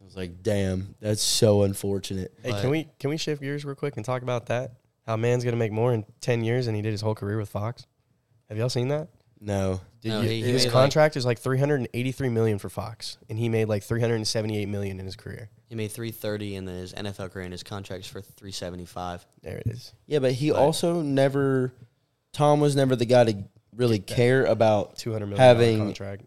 I was like, damn, that's so unfortunate. Hey, can we can we shift gears real quick and talk about that? How man's gonna make more in ten years than he did his whole career with Fox? Have y'all seen that? No, No, You- he- he his made, like- contract is like 383 million for Fox, and he made like 378 million in his career. he made 330 and then his NFL career and his contracts for 375. There it is. yeah, but he also never. Tom was never the guy to really care about 200 million having contract.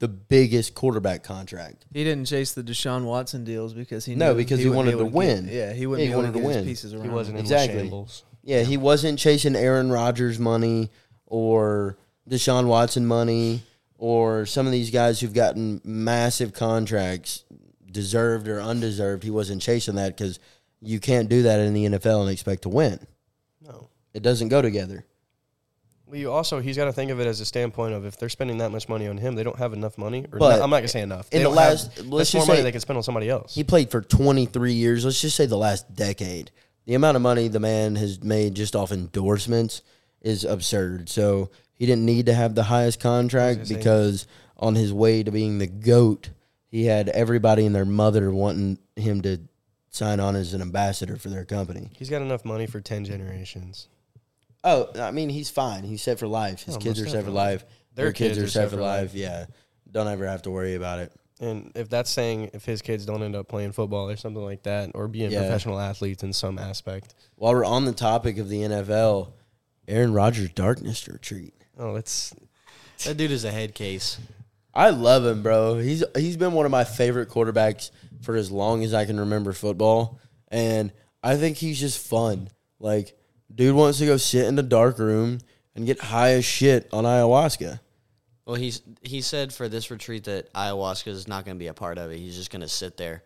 the biggest quarterback contract. He didn't chase the Deshaun Watson deals because he No, knew because he wouldn't wanted be able to get- win. yeah, he wouldn't Yeah, be able he to wanted get to his win. pieces around. He wasn't in Exactly. shambles. Yeah, he wasn't chasing Aaron Rodgers money or Deshaun Watson money or some of these guys who've gotten massive contracts, deserved or undeserved. He wasn't chasing that because you can't do that in the NFL and expect to win. No. It doesn't go together. Well, you also he's got to think of it as a standpoint of if they're spending that much money on him, they don't have enough money. Or But no- I'm not gonna say enough. in They the don't have- last- let's that's just more money say- they can spend on somebody else. He played for 23 years. Let's just say the last decade. The amount of money the man has made just off endorsements is absurd. So he didn't need to have the highest contract because on his way to being the GOAT, he had everybody and their mother wanting him to sign on as an ambassador for their company. he's got enough money for ten generations. Oh, I mean, he's fine. He's set for life. His Oh, kids are most set for definitely. life. Their kids are set for life. Yeah. Don't ever have to worry about it. And if that's saying if his kids don't end up playing football or something like that, or being Yeah. professional athletes in some aspect, While we're on the topic of the NFL, Aaron Rodgers' darkness retreat. oh, it's That dude is a head case. I love him, bro. He's he's been one of my favorite quarterbacks for as long as I can remember football, and I think he's just fun. Like, dude wants to go sit in the dark room and get high as shit on ayahuasca. Well, he's he said for this retreat that ayahuasca is not going to be a part of it. He's just going to sit there.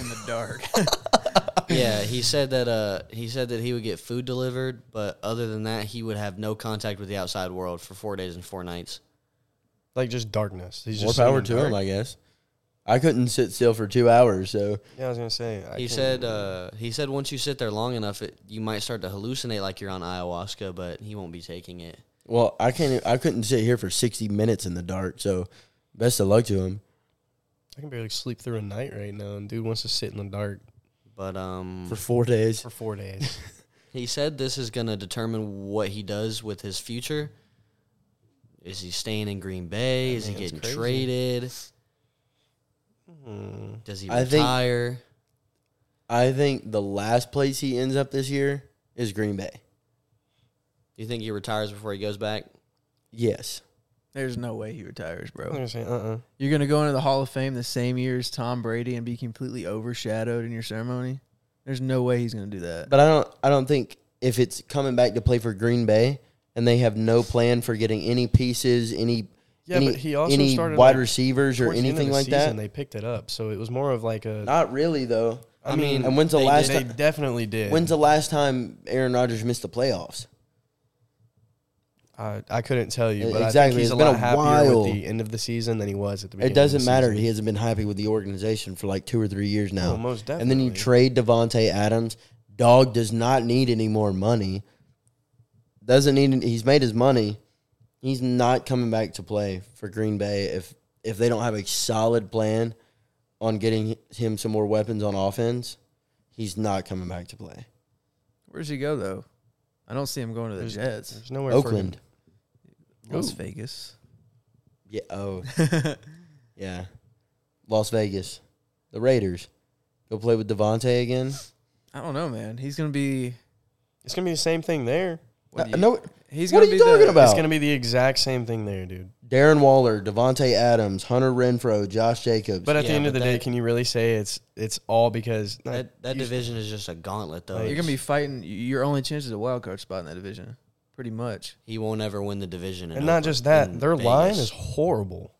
in the dark. yeah, he said that uh he said that he would get food delivered, but other than that, he would have no contact with the outside world for 4 days and 4 nights. like just darkness. He's More just sitting power in to dark. him, I guess. I couldn't sit still for two hours, so Yeah, I was gonna say. I He can't- said uh he said once you sit there long enough, it, you might start to hallucinate like you're on ayahuasca, but he won't be taking it. well, I can't. e, I couldn't sit here for sixty minutes in the dark. So, best of luck to him. I can barely sleep through a night right now, and dude wants to sit in the dark But um For four days, for four days. He said this is going to determine what he does with his future. Is he staying in Green Bay? Is he man's getting crazy. traded? Hmm. Does he I think- retire? I think the last place he ends up this year is Green Bay. you think he retires before he goes back? Yes. There's no way he retires, I was bro. gonna say, uh, uh You're gonna go into the Hall of Fame the same year as Tom Brady and be completely overshadowed in your ceremony. There's no way he's gonna do that. But I don't I don't think if it's coming back to play for Green Bay and they have no plan for getting any pieces, any Yeah, any, but he also any started, wide like, receivers or Towards the end of anything the like season, that. They picked it up, so it was more of like a. Not really though. I, I mean, mean, And when's the They last they time? definitely did. When's the last time Aaron Rodgers missed the playoffs? I, I couldn't tell you, but I think E, Exactly. he's It's a been lot a happier while. with the end of the season than he was at the beginning. It of doesn't the matter. season. He hasn't been happy with the organization for like two or three years now. Oh, most And then you definitely. trade Devonte Adams. Dog does not need any more money. Doesn't need. He's made his money. He's not coming back to play for Green Bay if if they don't have a solid plan on getting him some more weapons on offense. He's not coming back to play. Where does he go though? I don't see him going to the There's- Jets. There's nowhere for him. Oakland. Las Ooh. Vegas. Yeah. Oh. yeah. Las Vegas. The Raiders. Go play with Devonte again. I don't know, man. He's gonna be. It's gonna be the same thing there. what do No- you- Uh, no, he's what gonna are be you talking the- about? It's gonna be the exact same thing there, dude. Darren Waller, Devonte Adams, Hunter Renfro, Josh Jacobs. But at the Yeah, end of but the day, that- can you really say it's it's all because not- That that you- division is just a gauntlet, though. You're gonna be fighting. Your only chance is a wild card spot in that division, pretty much. He won't ever win the division. in and not Oakland- just that, in their line Vegas. is horrible.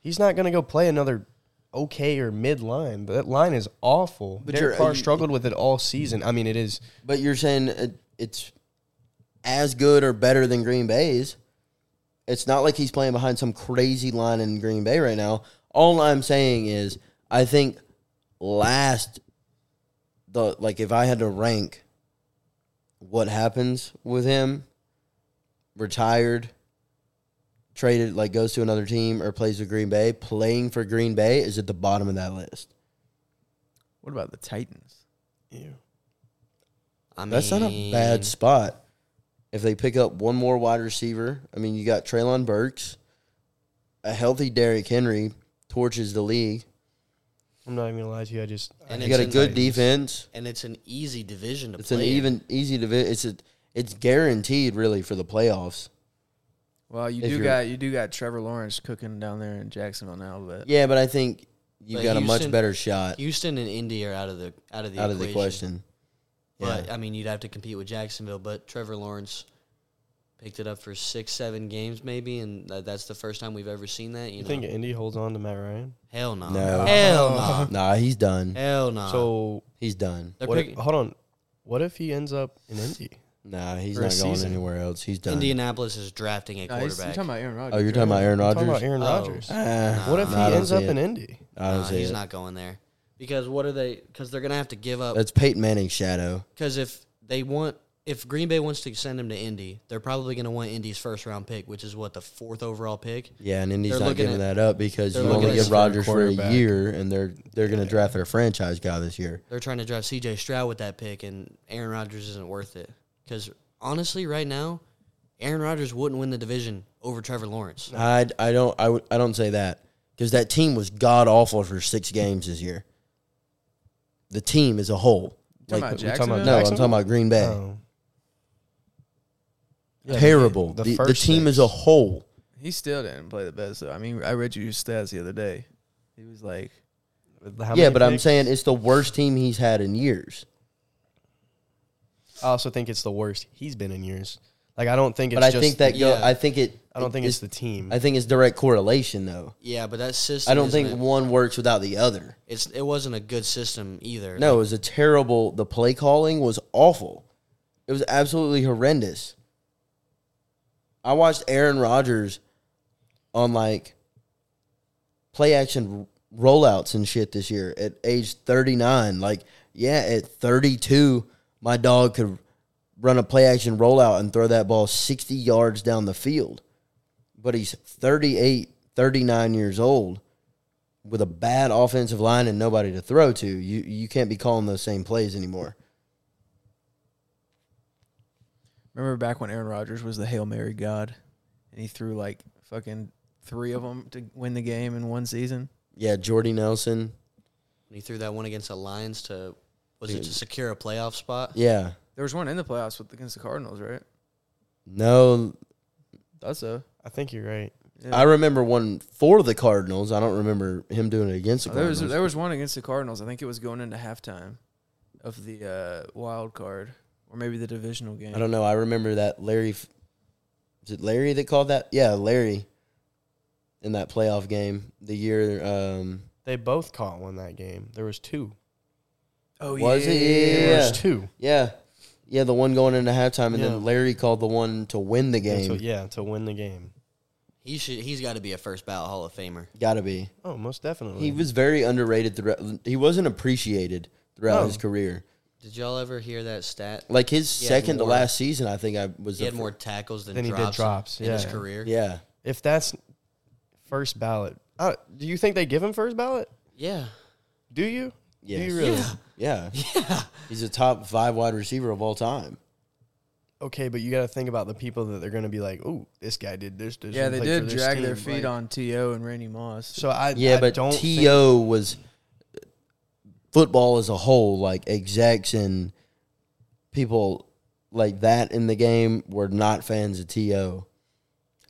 He's not gonna go play another okay or mid line. That line is awful. But Derek you're- Carr you- struggled with it all season. I mean, it is But you're saying it, it's as good or better than Green Bay's. It's not like he's playing behind some crazy line in Green Bay right now. All I'm saying is, I think last the like if I had to rank what happens with him, retired, traded, like goes to another team or plays with Green Bay, playing for Green Bay is at the bottom of that list. What about the Titans? I mean, That's not a bad spot. If they pick up one more wide receiver, I mean, you got Traylon Burks, a healthy Derrick Henry torches the league. I'm not even gonna lie to you, I just And You it's got a in good Titans. defense. and it's an easy division to It's play. an in. even easy division. It's a, it's guaranteed really for the playoffs. Well, you If do you're- got you do got Trevor Lawrence cooking down there in Jacksonville now, but Yeah, but I think you But got a much Houston- better shot Houston and Indy are out of the out of the out equation. of the question. But I mean, you'd have to compete with Jacksonville. But Trevor Lawrence picked it up for six, seven games maybe, and tha- that's the first time we've ever seen that. You, you know? think Indy holds on to Matt Ryan? Hell no. No. Hell no. Nah, he's done. Hell Uh, no. So He's done. they're what if- Oh, picking hold on. What if he ends up in Indy? Nah, he's For a not going season. anywhere else. He's done. Indianapolis is drafting a Nah, he's- you're quarterback. talking about Aaron Rodgers. oh, you're talking right? about Aaron I'm talking about Rodgers? Aaron Oh. Rodgers. Ah, What if nah, I he don't ends see up it. in Indy? I don't Nah, see he's it. not going there because what are they? Because they're gonna have to give up. That's Peyton Manning's shadow. Because if they want, if Green Bay wants to send him to Indy, they're probably gonna want Indy's first round pick, which is what the fourth overall pick. Yeah, and Indy's They're not looking giving at- that up because you they're only looking at give some Rodgers for a quarterback. year, and they're they're going to draft their franchise guy this year. They're trying to draft C.J. Stroud with that pick, and Aaron Rodgers isn't worth it. Because honestly, right now, Aaron Rodgers wouldn't win the division over Trevor Lawrence. I I don't I, would- I don't say that because that team was god awful for six games this year. The team as a whole, Talking about Like, we talking Jacksonville? about no, I'm Jacksonville? talking about Green Bay, Oh. Yeah, terrible. The, the first team thing. as a whole, He still didn't play the best. Though. I mean, I read you his stats the other day. He was like, How yeah. many But I'm picks? saying it's the worst team he's had in years. I also think it's the worst he's been in years. Like I don't think it's But I just think that go, yeah. I think it. I don't think it's, the. the team. I think it's direct correlation though. Yeah, but that system. I don't isn't think it, one works without the other. it's it wasn't a good system either. No, it was a terrible. The play calling was awful. It was absolutely horrendous. I watched Aaron Rodgers on like play action r- rollouts and shit this year at age 39. Like, yeah, at 32, my dog could run a play action rollout and throw that ball 60 yards down the field. But he's 38, 39 years old with a bad offensive line and nobody to throw to. You you can't be calling those same plays anymore. remember back when Aaron Rodgers was the Hail Mary god, and he threw like fucking three of them to win the game in one season. Yeah, Jordy Nelson. When he threw that one against the Lions to was it to secure a playoff spot? Yeah. There was one in the playoffs with against the Cardinals, right? No, That's so. I think you're right. Yeah. I remember one for the Cardinals. I don't remember him doing it against the Oh, there was Cardinals. there was one against the Cardinals. I think it was going into halftime of the uh, wild card, or maybe the divisional game. I don't know. I remember that Larry. F- Is it Larry that called that? Yeah, Larry. In that playoff game, the year um, They both caught one that game. There was two. Oh Was it? Yeah. There's two. Yeah. Yeah, the one going into halftime, and Yeah. then Larry called the one to win the game. So, yeah, to win the game. He should. He's got to be a first ballot Hall of Famer. Gotta be. Oh, most definitely. He was very underrated throughout. He wasn't appreciated throughout Oh. No. his career. Did y'all ever hear that stat? Like his He had second to more- last season, I think I was. He the had fir- more tackles than Than he did drops, drops, in his yeah. career. Yeah, if that's first ballot, uh, do you think they give him first ballot? Yeah. Do you? Do Yes. you really? yeah, yeah. He's a top five wide receiver of all time. Okay, but you got to think about the people that they're going to be like, "Oh, this guy did this." this Yeah, and they played for did this drag their team," feet like- on T.O. and Randy Moss. So I Yeah, I but don't To think- was football as a whole, like execs and people like that in the game were not fans of To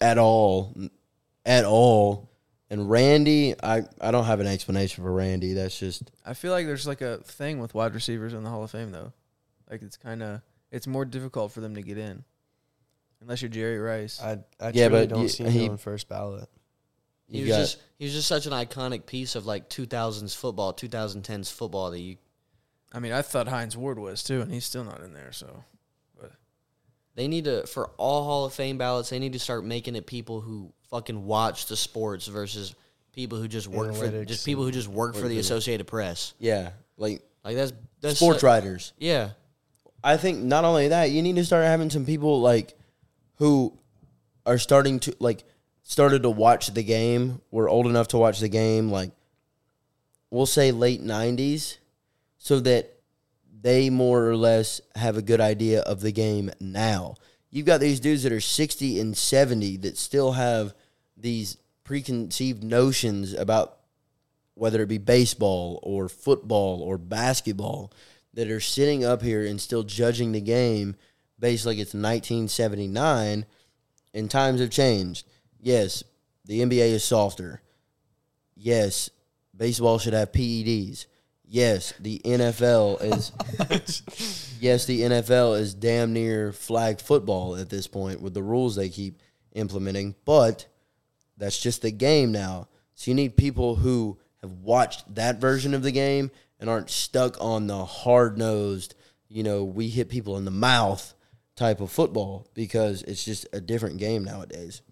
at all, at all. And Randy, I, I don't have an explanation for Randy. That's just I feel like there's like a thing with wide receivers in the Hall of Fame though. Like it's kind of it's more difficult for them to get in, unless you're Jerry Rice. I I Yeah, truly but don't you- see him he- on first ballot. He You was got- just he was just such an iconic piece of like 2000s football, 2010s football that you I mean, I thought Heinz Ward was too, and he's still not in there. So They need to for all Hall of Fame ballots. They need to start making it people who fucking watch the sports versus people who just work for Analytics just people who just work for the Associated Press. Yeah, like Like that's that's sports su- writers. Yeah, I think not only that, you need to start having some people like who are starting to like started to watch the game. We're old enough to watch the game, like we'll say late nineties, so that they more or less have a good idea of the game now. You've got these dudes that are sixty and seventy that still have these preconceived notions about whether it be baseball or football or basketball, that are sitting up here and still judging the game based like it's 1979 and times have changed. Yes, the NBA is softer. Yes, baseball should have PEDs. Yes, the NFL is yes, the NFL is damn near flag football at this point with the rules they keep implementing, but that's just the game now. So you need people who have watched that version of the game and aren't stuck on the hard nosed, you know, we hit people in the mouth type of football because it's just a different game nowadays.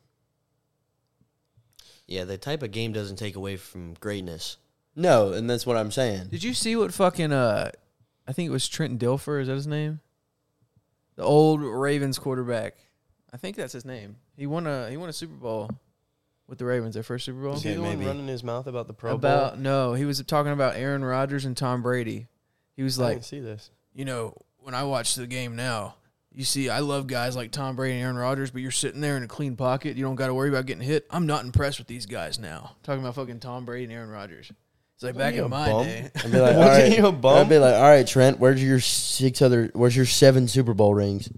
yeah. The type of game doesn't take away from greatness. No, and that's what I'm saying. did you see what fucking uh, I think it was Trent Dilfer. Is that his name? The old Ravens quarterback. I think that's his name. He won a he won a Super Bowl with the Ravens. Their first Super Bowl. Is he the one running his mouth about the Pro about Bowl? no, he was talking about Aaron Rodgers and Tom Brady. He was I like, didn't see this. you know, when I watch the game now, you see, I love guys like Tom Brady and Aaron Rodgers, but you're sitting there in a clean pocket. You don't got to worry about getting hit. I'm not impressed with these guys now. Talking about fucking Tom Brady and Aaron Rodgers. It's like back he a in my bum? day. I'd be like, all Wasn't right, he a bum? I'd be like, all right, Trent, where's your six other, where's your seven Super Bowl rings?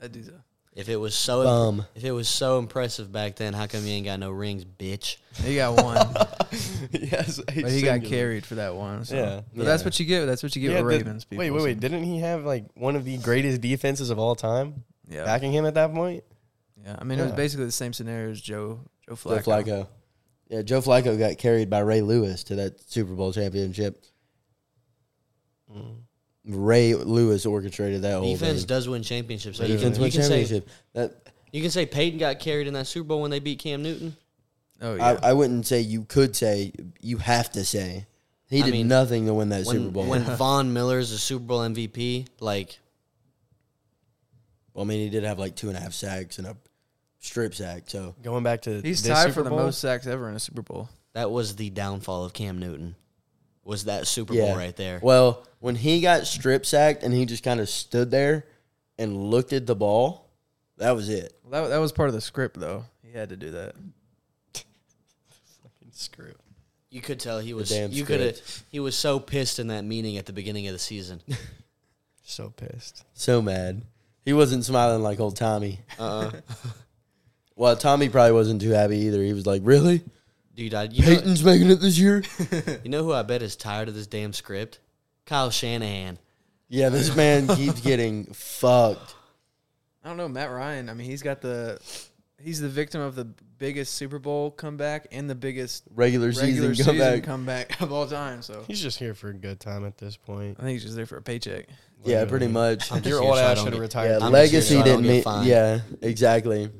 that dude's a- If it was so Bum. if it was so impressive back then, how come you ain't got no rings, bitch? he got one, but yes, he got carried for that one. So. Yeah. But that's what you get. That's what you get Yeah, with the- Ravens people. Wait, wait, wait! Didn't he have like one of the greatest defenses of all time So, yeah. backing him at that point? yeah. I mean, it was Yeah. basically the same scenario as Joe, Joe Joe Flacco. Flacco. Yeah, Joe Flacco got carried by Ray Lewis to that Super Bowl championship. Ray Lewis orchestrated that whole Mm. Defense thing. does win championships. though. Defense you, win can say championship. That, you can say Peyton got carried in that Super Bowl when they beat Cam Newton. Oh, yeah. I, I wouldn't say you could say. You have to say he I did mean, nothing to win that When, Super Bowl. when Von Miller is a Super Bowl MVP, like well, I mean, he did have like two and a half sacks and a strip sack. So Going back to He's this tied Super for the Bowl? most sacks ever in a Super Bowl. That was the downfall of Cam Newton. Was that Super yeah, Bowl right there? Well, when he got strip sacked and he just kind of stood there and looked at the ball, that was it. Well, that, that was part of the script, though. He had to do that. Screw. it. You could tell he was damn you could have he was so pissed in that meeting at the beginning of the season. So pissed. So mad. He wasn't smiling like old Tommy. Uh-uh. well, Tommy probably wasn't too happy either. He was like, "Really? Dude, I, you, know, Peyton's making it this year?" you know who I bet is tired of this damn script? Kyle Shanahan. yeah, this man keeps getting fucked. I don't know Matt Ryan. I mean, he's got the he's the victim of the biggest Super Bowl comeback and the biggest Regular, regular season season comeback. comeback of all time. So He's just here for a good time at this point. I think he's just there for a paycheck. yeah, pretty much. I'm just Your here old so I ass don't should have get- Yeah, retired. I'm just legacy here so I didn't don't get mean. fined. Yeah, exactly.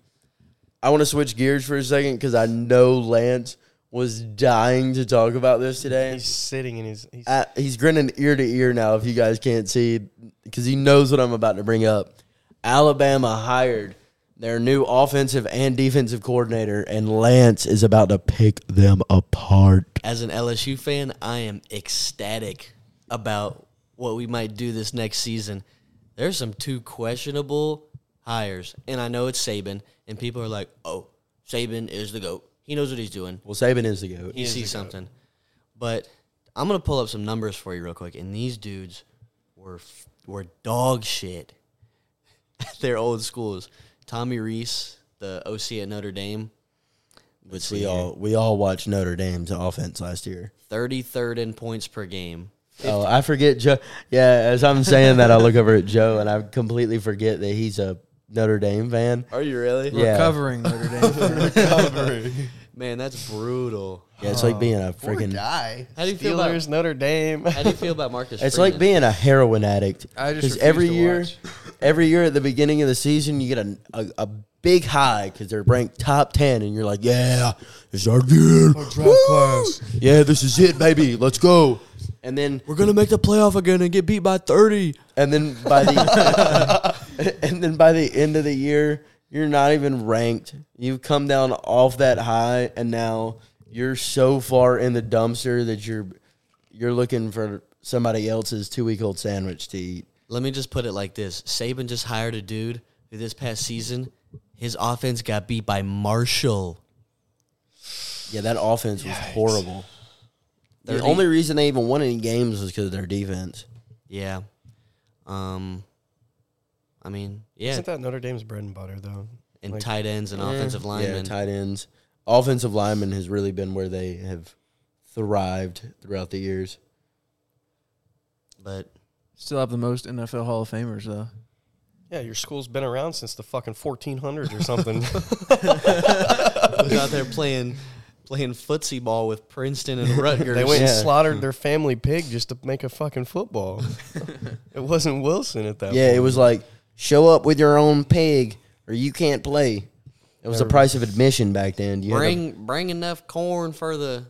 I want to switch gears for a second because I know Lance was dying to talk about this today. He's sitting in his. He's, Uh, he's grinning ear to ear now. If you guys can't see, because he knows what I'm about to bring up. Alabama hired their new offensive and defensive coordinator, and Lance is about to pick them apart. As an LSU fan, I am ecstatic about what we might do this next season. There's some two questionable hires, and I know it's Saban, and people are like, "Oh, Saban is the goat. He knows what he's doing. Well, Saban is the goat. He, sees something." But I'm gonna pull up some numbers for you real quick, and these dudes were f- were dog shit. at Their old schools. Tommy Reese, the OC at Notre Dame, was We all we all watched Notre Dame's offense last year. 33rd in points per game. Oh, I forget Joe. Yeah, as I'm saying that, I look over at Joe and I completely forget that he's a Notre Dame fan. Are you really? Yeah. Recovering Notre Dame. Man, that's brutal. Yeah, it's like being a freaking. guy. How do you feel about- Steelers, Notre Dame? How do you feel about Marcus? It's Freeman? like being a heroin addict. I just refuse every to year, watch. every year at the beginning of the season, you get a a, a big high because they're ranked top ten, and you're like, yeah, it's our year. Woo! Yeah, this is it, baby. Let's go. And then we're gonna make the playoff again and get beat by 30. And then by the and then by the end of the year, you're not even ranked. You've come down off that high, and now you're so far in the dumpster that you're you're looking for somebody else's two week old sandwich to eat. Let me just put it like this: Saban just hired a dude who this past season his offense got beat by Marshall. Yeah, that offense was horrible. The 30 only reason they even won any games was because of their defense. Yeah. Um. I mean, yeah, Isn't that Notre Dame's bread and butter though? and tight ends and offensive Yeah, linemen. tight ends, offensive linemen has really been where they have thrived throughout the years. but Still have the most NFL Hall of Famers though. Yeah, your school's been around since the fucking 1400s or something. was out there playing playing footsie ball with Princeton and Rutgers. they went and Yeah. slaughtered their family pig just to make a fucking football. it wasn't Wilson at that. Yeah, point. it was like show up with your own pig or you can't play. It was the price of admission back then. You had to- bring bring enough corn for the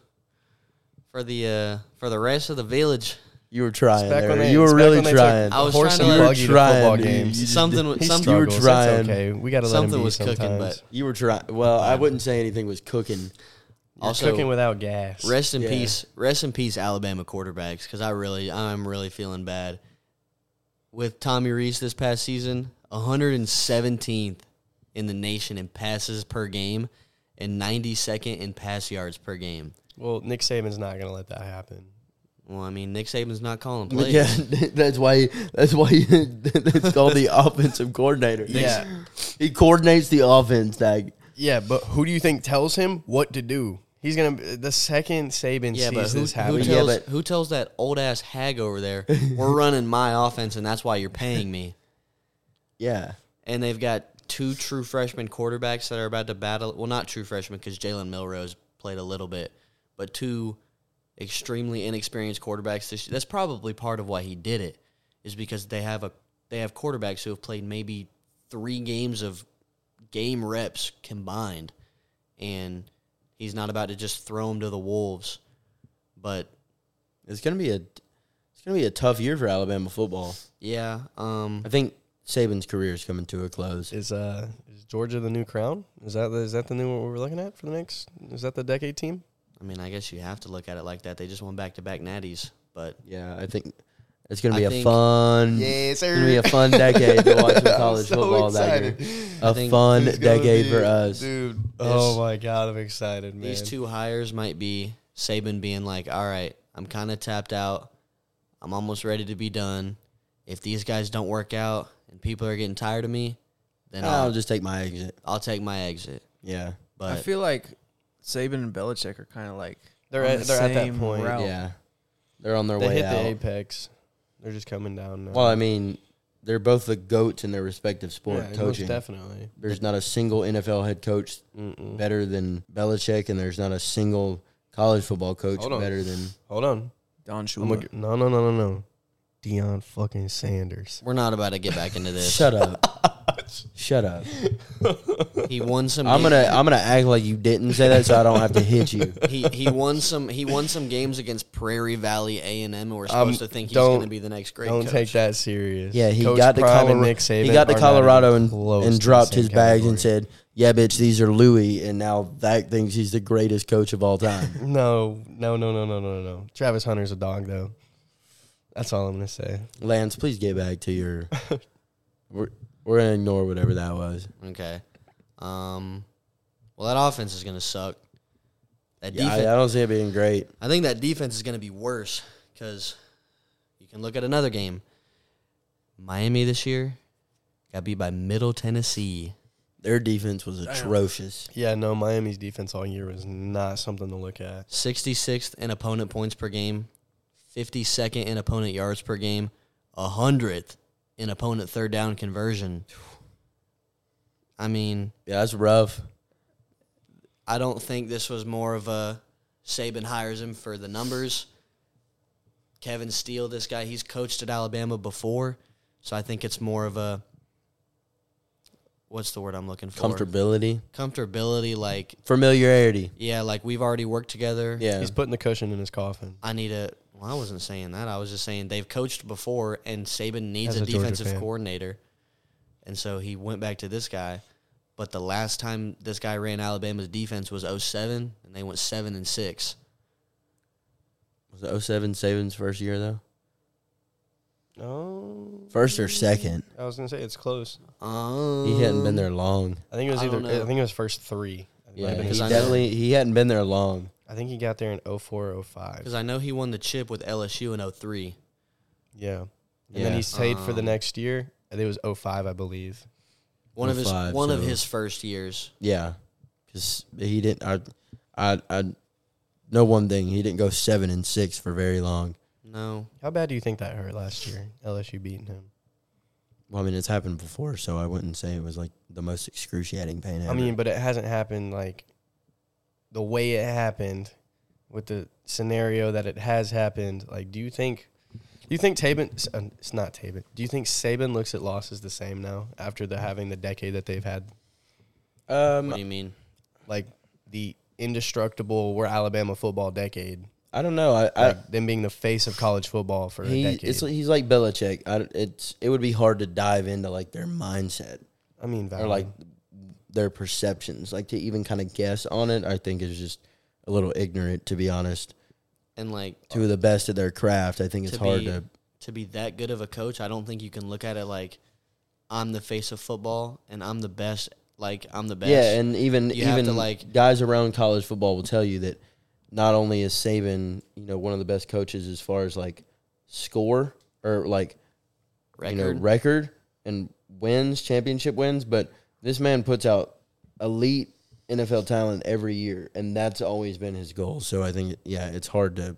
for the uh for the rest of the village. you were trying back there. when they- you it's were back really when they took trying. I was horse trying to and let- buggy to Trying, football dude. games. You just Something did- was- He some- you were struggles. It's trying. okay, we got to let him Something be was cooking, sometimes. but You were trying. Well, I wouldn't say anything was cooking. also cooking without gas. Rest in Yeah. peace. Rest in peace, Alabama quarterbacks. Because I really, I'm really feeling bad. With Tommy Reese this past season, 117th in the nation in passes per game, and 92nd in pass yards per game. well, Nick Saban's not going to let that happen. Well, I mean, Nick Saban's not calling But plays. yeah, that's why. That's why it's called the offensive coordinator. he coordinates the offense. Like yeah, but who do you think tells him what to do? He's going to the second Saban Yeah, but sees who, this who happen. tells Yeah, but- who tells that old ass hag over there? We're running my offense, and that's why you're paying me. yeah, and they've got two true freshman quarterbacks that are about to battle. Well, not true freshmen because Jalen Milrose played a little bit, but two extremely inexperienced quarterbacks. This that's probably part of why he did it, is because they have a they have quarterbacks who have played maybe three games of game reps combined, and he's not about to just throw them to the wolves. But it's gonna be a it's gonna be a tough year for Alabama football. yeah, um, I think Saban's career is coming to a close. is uh is Georgia the new crown? Is that the, is that the new what we're looking at for the next? Is that the decade team? I mean, I guess you have to look at it like that. They just won back to back natties, but Yeah, I think it's gonna I be a think- fun. It's Yes, gonna be a fun decade to watch some college so football excited. that year. A think fun It's gonna decade be- for us. dude. Oh my god, I'm excited, man. These two hires might be Saban being like, "All right, I'm kind of tapped out. I'm almost ready to be done. If these guys don't work out and people are getting tired of me, then I'll I'll, just take my exit. I'll take my exit." Yeah, I But feel like Saban and Belichick are kind of like They're on at- the they're at that same point, route. yeah, they're on their they way hit the out. apex. They're just coming down now. well, I mean, They're both the goats in their respective sport yeah, most coaching. definitely. there's not a single NFL head coach Mm-mm. better than Belichick, and there's not a single college football coach Hold on. better than. Hold on. Don I'm Shula. gonna, no, no, no, no, no. Dion fucking Sanders. We're not about to get back into this. Shut up! Shut up! He won some. I'm games- gonna I'm gonna act like you didn't say that, so I don't have to hit you. He he won some. He won some games against Prairie Valley A and M. and We're Um, supposed to think he's don't- going to be the next great. Don't coach. take that serious. Yeah, he Coach got to Prime and Colorado. Nick Saban he got to are not even Colorado and, close to and the dropped same his bags and category. said, "Yeah, bitch, these are Louis." And now that thinks he's the greatest coach of all time. No, no, no, no, no, no, no. Travis Hunter's a dog, though. That's all I'm gonna say. Lance, please get back to your. we're we're gonna ignore whatever that was. Okay. Um. Well, that offense is going to suck. That Yeah, defense. I, I don't see it being great. I think that defense is going to be worse because you can look at another game. Miami this year got beat by Middle Tennessee. Their defense was atrocious. Yeah, no, Miami's defense all year was not something to look at. 66th in opponent points per game, 52nd in opponent yards per game, 100th in opponent third down conversion. I mean, Yeah, that's rough. I don't think this was more of a Saban hires him for the numbers. Kevin Steele, this guy, he's coached at Alabama before, so I think it's more of a what's the word I'm looking for? Comfortability, Comfortability, like familiarity. yeah, like we've already worked together. Yeah, He's putting the cushion in his coffin. I need a. Well, I wasn't saying that. I was just saying they've coached before, and Saban needs As a a Georgia defensive fan. coordinator, and so he went back to this guy. But the last time this guy ran Alabama's defense was 07, and they went seven and six. was it 07 Saban's first year though? Oh, First or second? I was gonna say it's close. Um, He hadn't been there long. I think it was I either. don't know. I think it was first three. I think it might Yeah, have been he because his- I know- definitely he hadn't been there long. I think he got there in 04, 05. because Um, I know he won the chip with LSU in 03. Yeah, and Yeah. then he stayed for the Um, next year. I think it was 05, I believe. One of his 05, one of so- his first years. Yeah, because he didn't. I, I, I know one thing. He didn't go seven and six for very long. No, How bad do you think that hurt last year? LSU beating him. Well, I mean, it's happened before, so I wouldn't say it was like the most excruciating pain. Ever. I mean, but it hasn't happened like the way it happened with the scenario that it has happened. Like, do you think, do you think Saban, s- um, it's not Saban, do you think Saban looks at losses the same now after the having the decade that they've had? um, what do you mean? Like, the indestructible, we're Alabama football decade, I don't know. I, I like them being the face of college football for he, a decade. it's, he's like Belichick. I, it's it would be hard to dive into like their mindset I mean, or valid. like their perceptions. Like to even kind of guess on it, I think is just a little ignorant, to be honest. And like Two of the best at their craft, I think it's To hard be- to. to be that good of a coach, I don't think you can look at it like I'm the face of football and I'm the best. Like I'm the best. Yeah, and even You have even to, like- guys around college football will tell you that not only is Saban, you know, one of the best coaches as far as like score or like record. you know record and wins, championship wins, but this man puts out elite NFL talent every year, and that's always been his goal. So I think yeah, it's hard to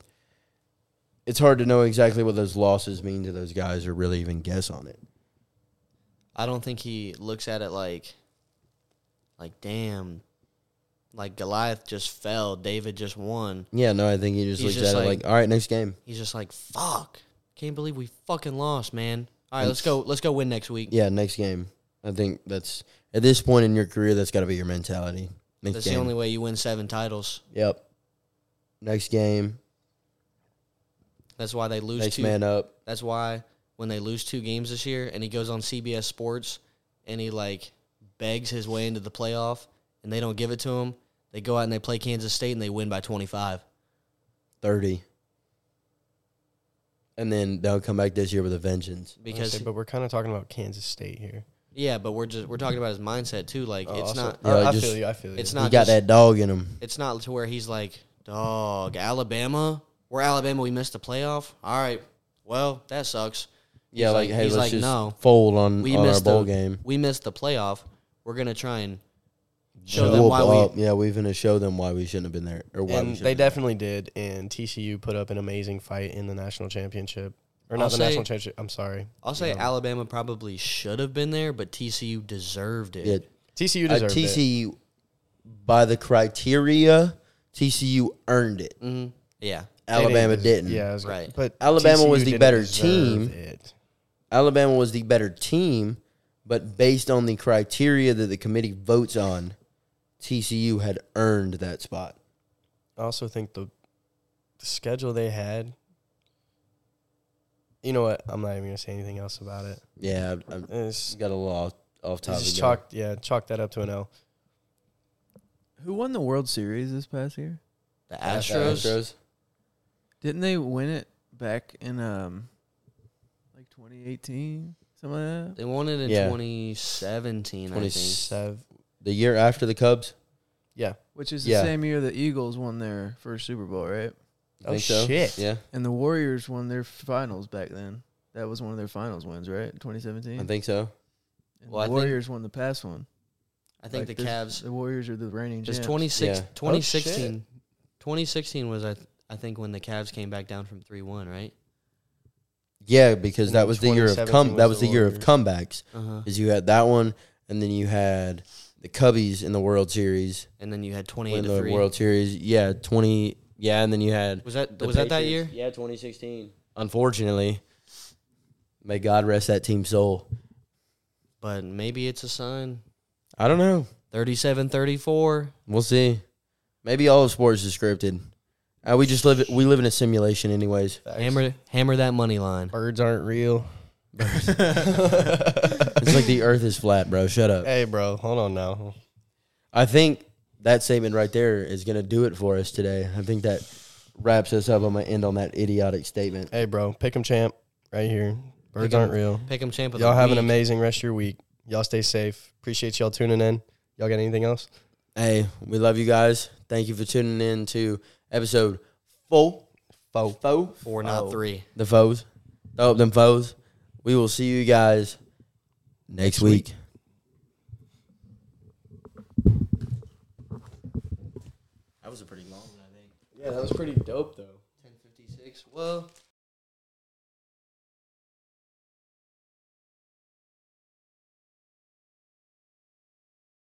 it's hard to know exactly what those losses mean to those guys or really even guess on it. I don't think he looks at it like, like damn, like Goliath just fell, David just won. Yeah, no, I think he just He's looks just at it like- like, all right, next game. He's just like fuck. Can't believe we fucking lost, man. All right, let's go. Let's go win next week. Yeah, next game. I think that's at this point in your career, that's got to be your mentality. Next That's game. the only way you win seven titles. yep. Next game. That's why they lose Next two. man up. That's why when they lose two games this year, and he goes on CBS Sports and he like begs his way into the playoff, and they don't give it to him. They go out and they play Kansas State and they win by twenty five. Thirty. And then they'll come back this year with a vengeance. I was Because gonna say, but we're kind of talking about Kansas State here. yeah, but we're just we're talking about his mindset too. Like Oh, it's also- not Yeah, I, I uh, just- feel you. I feel you. it's He not got just- that dog in him. it's not to where he's like, dog, Alabama. We're Alabama. We missed the playoff. All right. Well, that sucks. He's Yeah, like, hey, he's let's like, just no, fold on, we on our missed the bowl game. We missed the playoff. We're gonna try and show Show them why we yeah, we're gonna show them why we shouldn't have been there or why we and should. they definitely did. And TCU put up an amazing fight in the national championship. or not I'll the say- national championship. I'm sorry. I'll say Yeah. Alabama probably should have been there, but TCU deserved it. Yeah, TCU uh, deserved it. TCU by the criteria, TCU earned it. Mhm. Yeah. They Alabama des- didn't. Yeah, I was gonna- Right. But Alabama TCU was the didn't better deserve team. It. Alabama was the better team, but based on the criteria that the committee votes on, TCU had earned that spot. I also think the, the schedule they had. You know what? I'm not even gonna say anything else about it. Yeah, I've, I've It's, just got a little off, off topic. just there. chalk, yeah, chalk that up to an L. Who won the World Series this past year? The Yeah, the Astros. Didn't they win it back in um like 2018? Something like that. They won it in Yeah. 2017, I think. 26. Sev- The year after the Cubs. Yeah. Which is the Yeah. same year the Eagles won their first Super Bowl, right? You Oh think so? shit. Yeah, And the Warriors won their finals back then. That was one of their finals wins, right? I 2017. think so. And Well, I the think- Warriors won the past one. I think Like, the there's- Cavs. The Warriors are the reigning Just champs. 26, Yeah. Oh, 2016. 2016 was I th- I think when the Cavs came back down from 3-1, right? Yeah, because And that then was the year of 2017 come. that was was the the year of Warriors. comebacks. Uh-huh. Is you had that one, and then you had the Cubbies in the World Series, And then you had 28 win to the 3. World Series. Yeah, twenty. Yeah, and then you had was that the was that that year? Patriots. Yeah, twenty sixteen. Unfortunately, may God rest that team's soul. But maybe it's a sign. I don't know. 37-34. We'll see. Maybe all of sports is scripted. Uh, we just live. We live in a simulation, anyways. Facts. Hammer hammer that money line. Birds aren't real. It's like the Earth is flat, bro. Shut up. Hey, bro, hold on now. I think that statement right there is gonna do it for us today. I think that wraps us up. I'm gonna end on that idiotic statement. Hey, bro, pick 'em champ right here. Birds Pick 'em. aren't real. Pick 'em champ of Y'all the have an week. amazing rest of your week. Y'all stay safe. Appreciate y'all tuning in. Y'all got anything else? Hey, we love you guys. Thank you for tuning in to episode four. Four. Four. Four, not Oh. three. The foes. Throw up them foes. We will see you guys next week. That was a pretty long one, I think. Yeah, that was pretty dope, though. 1056. Well,